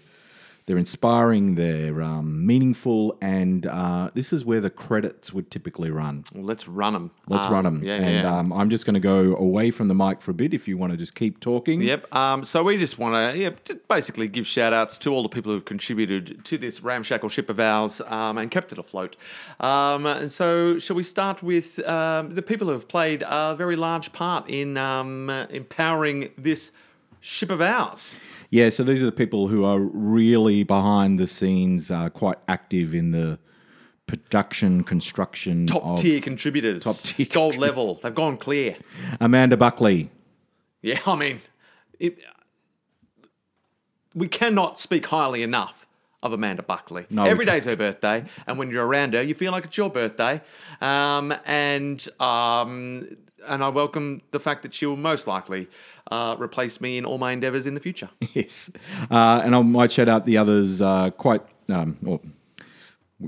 Speaker 2: they're inspiring. They're um, meaningful, and uh, this is where the credits would typically run.
Speaker 1: let's run them.
Speaker 2: Let's run 'em. run them.
Speaker 1: Ah, Yeah,
Speaker 2: and
Speaker 1: yeah.
Speaker 2: Um, I'm just going to go away from the mic for a bit. If you want to just keep talking,
Speaker 1: Yep. Um, so we just want to yep, just basically give shout outs to all the people who've contributed to this ramshackle ship of ours um, and kept it afloat. Um, and so, shall we start with um, the people who have played a very large part in um, uh, empowering this ship of ours?
Speaker 2: Yeah, so these are the people who are really behind the scenes, uh, quite active in the production, construction
Speaker 1: Top
Speaker 2: of
Speaker 1: tier contributors. Top
Speaker 2: tier
Speaker 1: Gold level. They've gone clear.
Speaker 2: Amanda Buckley. [laughs]
Speaker 1: Yeah, I mean, it, we cannot speak highly enough of Amanda Buckley.
Speaker 2: No, we
Speaker 1: Every day's her birthday, and when you're around her, you feel like it's your birthday. Um, and um, and I welcome the fact that she will most likely uh, replace me in all my endeavours in the future.
Speaker 2: Yes. Uh, and I might shout out the others uh, quite. Um, or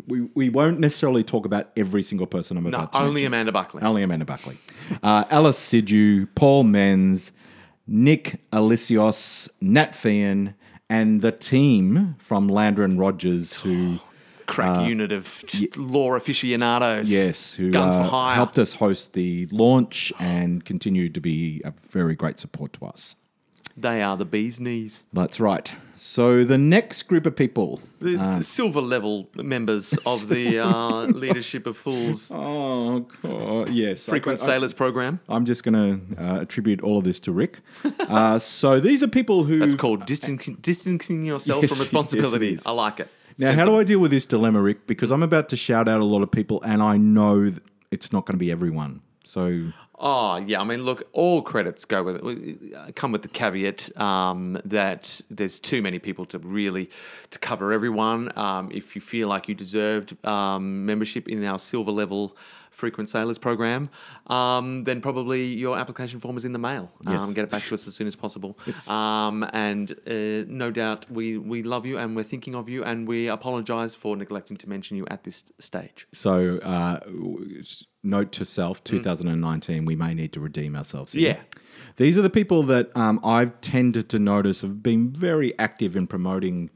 Speaker 2: we, we won't necessarily talk about every single person I'm
Speaker 1: No,
Speaker 2: about to
Speaker 1: only
Speaker 2: mention.
Speaker 1: Amanda Buckley.
Speaker 2: Only Amanda Buckley. Uh, Alice Sidhu, Paul Menz, Nick Alisios, Nat Fian, and the team from Landron Rogers who.
Speaker 1: Crack unit of just law aficionados.
Speaker 2: Yes, who
Speaker 1: guns
Speaker 2: uh,
Speaker 1: for hire.
Speaker 2: helped us host the launch and continued to be a very great support to us.
Speaker 1: They are the bee's knees.
Speaker 2: That's right. So the next group of people.
Speaker 1: The
Speaker 2: Ah.
Speaker 1: silver level members of the
Speaker 2: [laughs]
Speaker 1: uh, leadership of fools
Speaker 2: Oh God! Yes,
Speaker 1: frequent
Speaker 2: I,
Speaker 1: sailors program.
Speaker 2: am just going to uh, attribute all of this to Rick. uh, so these are people who.
Speaker 1: It's called distan- distancing yourself
Speaker 2: [laughs] Yes,
Speaker 1: from
Speaker 2: yes, it
Speaker 1: responsibility.
Speaker 2: is.
Speaker 1: I like it.
Speaker 2: Now, how do I deal with this dilemma, Rick? Because I'm about to shout out a lot of people, and I know that it's not going to be everyone. So
Speaker 1: Oh yeah, I mean, look, all credits go with uh, come with the caveat um, that there's too many people to really to cover everyone. Um, if you feel like you deserved um, membership in our silver level frequent sailors program, um, then probably your application form is in the mail. Um, get it back to us as soon as possible. Um, and uh, no doubt we we love you and we're thinking of you and we apologise for neglecting to mention you at this stage.
Speaker 2: So, uh, w- note to self 2019, we may need to redeem ourselves.
Speaker 1: Hmm. Yeah.
Speaker 2: These are the people that um, I've tended to notice have been very active in promoting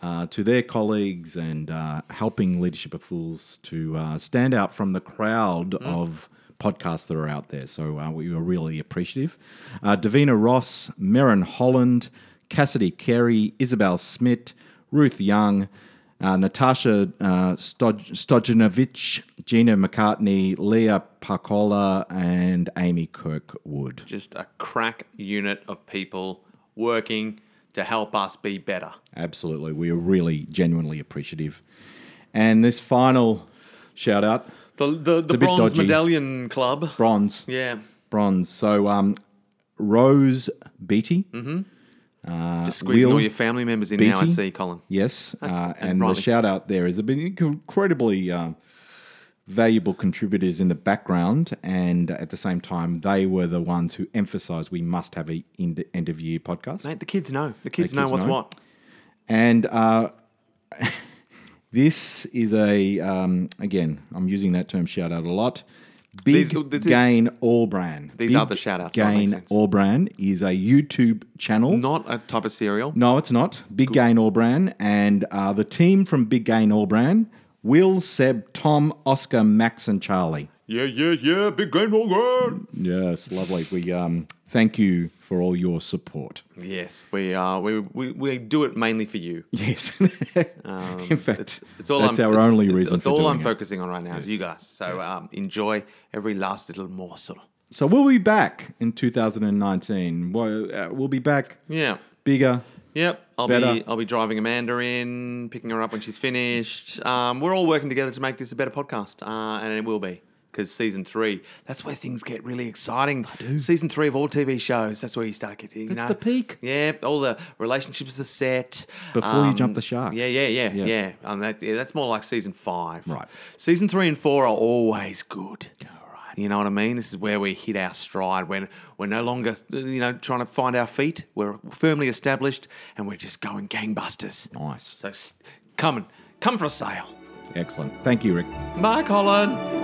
Speaker 2: uh, to their colleagues and uh, helping Leadership of Fools to uh, stand out from the crowd of podcasts that are out there. So, uh, we were really appreciative. Uh, Davina Ross, Merrin Holland, Cassidy Carey, Isabel Smith, Ruth Young, Uh, Natasha uh, Stoj- Stojanovic, Gina McCartney, Leah Parkola, and Amy Kirkwood.
Speaker 1: Just a crack unit of people working to help us be better.
Speaker 2: Absolutely. We are really genuinely appreciative. And this final shout out
Speaker 1: The the, the
Speaker 2: bit
Speaker 1: bronze
Speaker 2: dodgy.
Speaker 1: medallion club.
Speaker 2: bronze.
Speaker 1: Yeah.
Speaker 2: Bronze. So um, Rose Beatty.
Speaker 1: Mm-hmm.
Speaker 2: Uh,
Speaker 1: Just squeezing all
Speaker 2: Will
Speaker 1: your family members in now, I
Speaker 2: Beatty?
Speaker 1: see, Colin.
Speaker 2: Yes, uh,
Speaker 1: and
Speaker 2: and the
Speaker 1: Riley.
Speaker 2: shout out there has been incredibly um, valuable contributors in the background, and at the same time, they were the ones who emphasised we must have a end, end of year podcast.
Speaker 1: Mate, the kids know. The kids, know
Speaker 2: kids
Speaker 1: what's
Speaker 2: know.
Speaker 1: what.
Speaker 2: And uh, [laughs] this is a um, again, I'm using that term shout out a lot. Big
Speaker 1: These- this is-
Speaker 2: Gain Allbrand.
Speaker 1: These
Speaker 2: Big
Speaker 1: are the shout-outs, that makes
Speaker 2: Gain
Speaker 1: sense.
Speaker 2: Allbrand is a YouTube channel.
Speaker 1: Not a type of cereal.
Speaker 2: No, it's not. Big Gain Allbrand and uh, the team from Big Gain Allbrand Will, Seb, Tom, Oscar, Max, and Charlie.
Speaker 1: Yeah, yeah, yeah. Big game, all good.
Speaker 2: Yes, lovely. We um, thank you for all your support. [laughs]
Speaker 1: Yes, we are. we, we we do it mainly for you.
Speaker 2: Yes. In fact,
Speaker 1: Um, It's, it's all
Speaker 2: that's
Speaker 1: I'm,
Speaker 2: our
Speaker 1: it's-
Speaker 2: only
Speaker 1: it's-
Speaker 2: reason
Speaker 1: It's
Speaker 2: for
Speaker 1: all
Speaker 2: doing
Speaker 1: I'm
Speaker 2: it.
Speaker 1: focusing on right now is you guys. So um, enjoy every last little morsel.
Speaker 2: So we'll be back in 2019. We'll, uh, we'll be back
Speaker 1: Yeah.
Speaker 2: bigger.
Speaker 1: Yep, I'll
Speaker 2: Better.
Speaker 1: be I'll be driving Amanda in, picking her up when she's finished. Um, we're all working together to make this a better podcast, uh, and it will be because season three. That's where things get really exciting. Season three of all TV shows. That's where you start getting. You
Speaker 2: That's
Speaker 1: know?
Speaker 2: the peak.
Speaker 1: Yeah, all the relationships are set
Speaker 2: Before you jump the shark.
Speaker 1: Yeah, yeah, yeah,
Speaker 2: Yeah.
Speaker 1: yeah. Um, that, yeah, that's more like season five.
Speaker 2: Right.
Speaker 1: Season three and four are always good. You know what I mean? This is where we hit our stride when we're no longer, you know, trying to find our feet. We're firmly established and we're just going gangbusters.
Speaker 2: Nice.
Speaker 1: So s- come and come for a sail.
Speaker 2: Excellent. Thank you, Rick.
Speaker 1: Bye, Colin.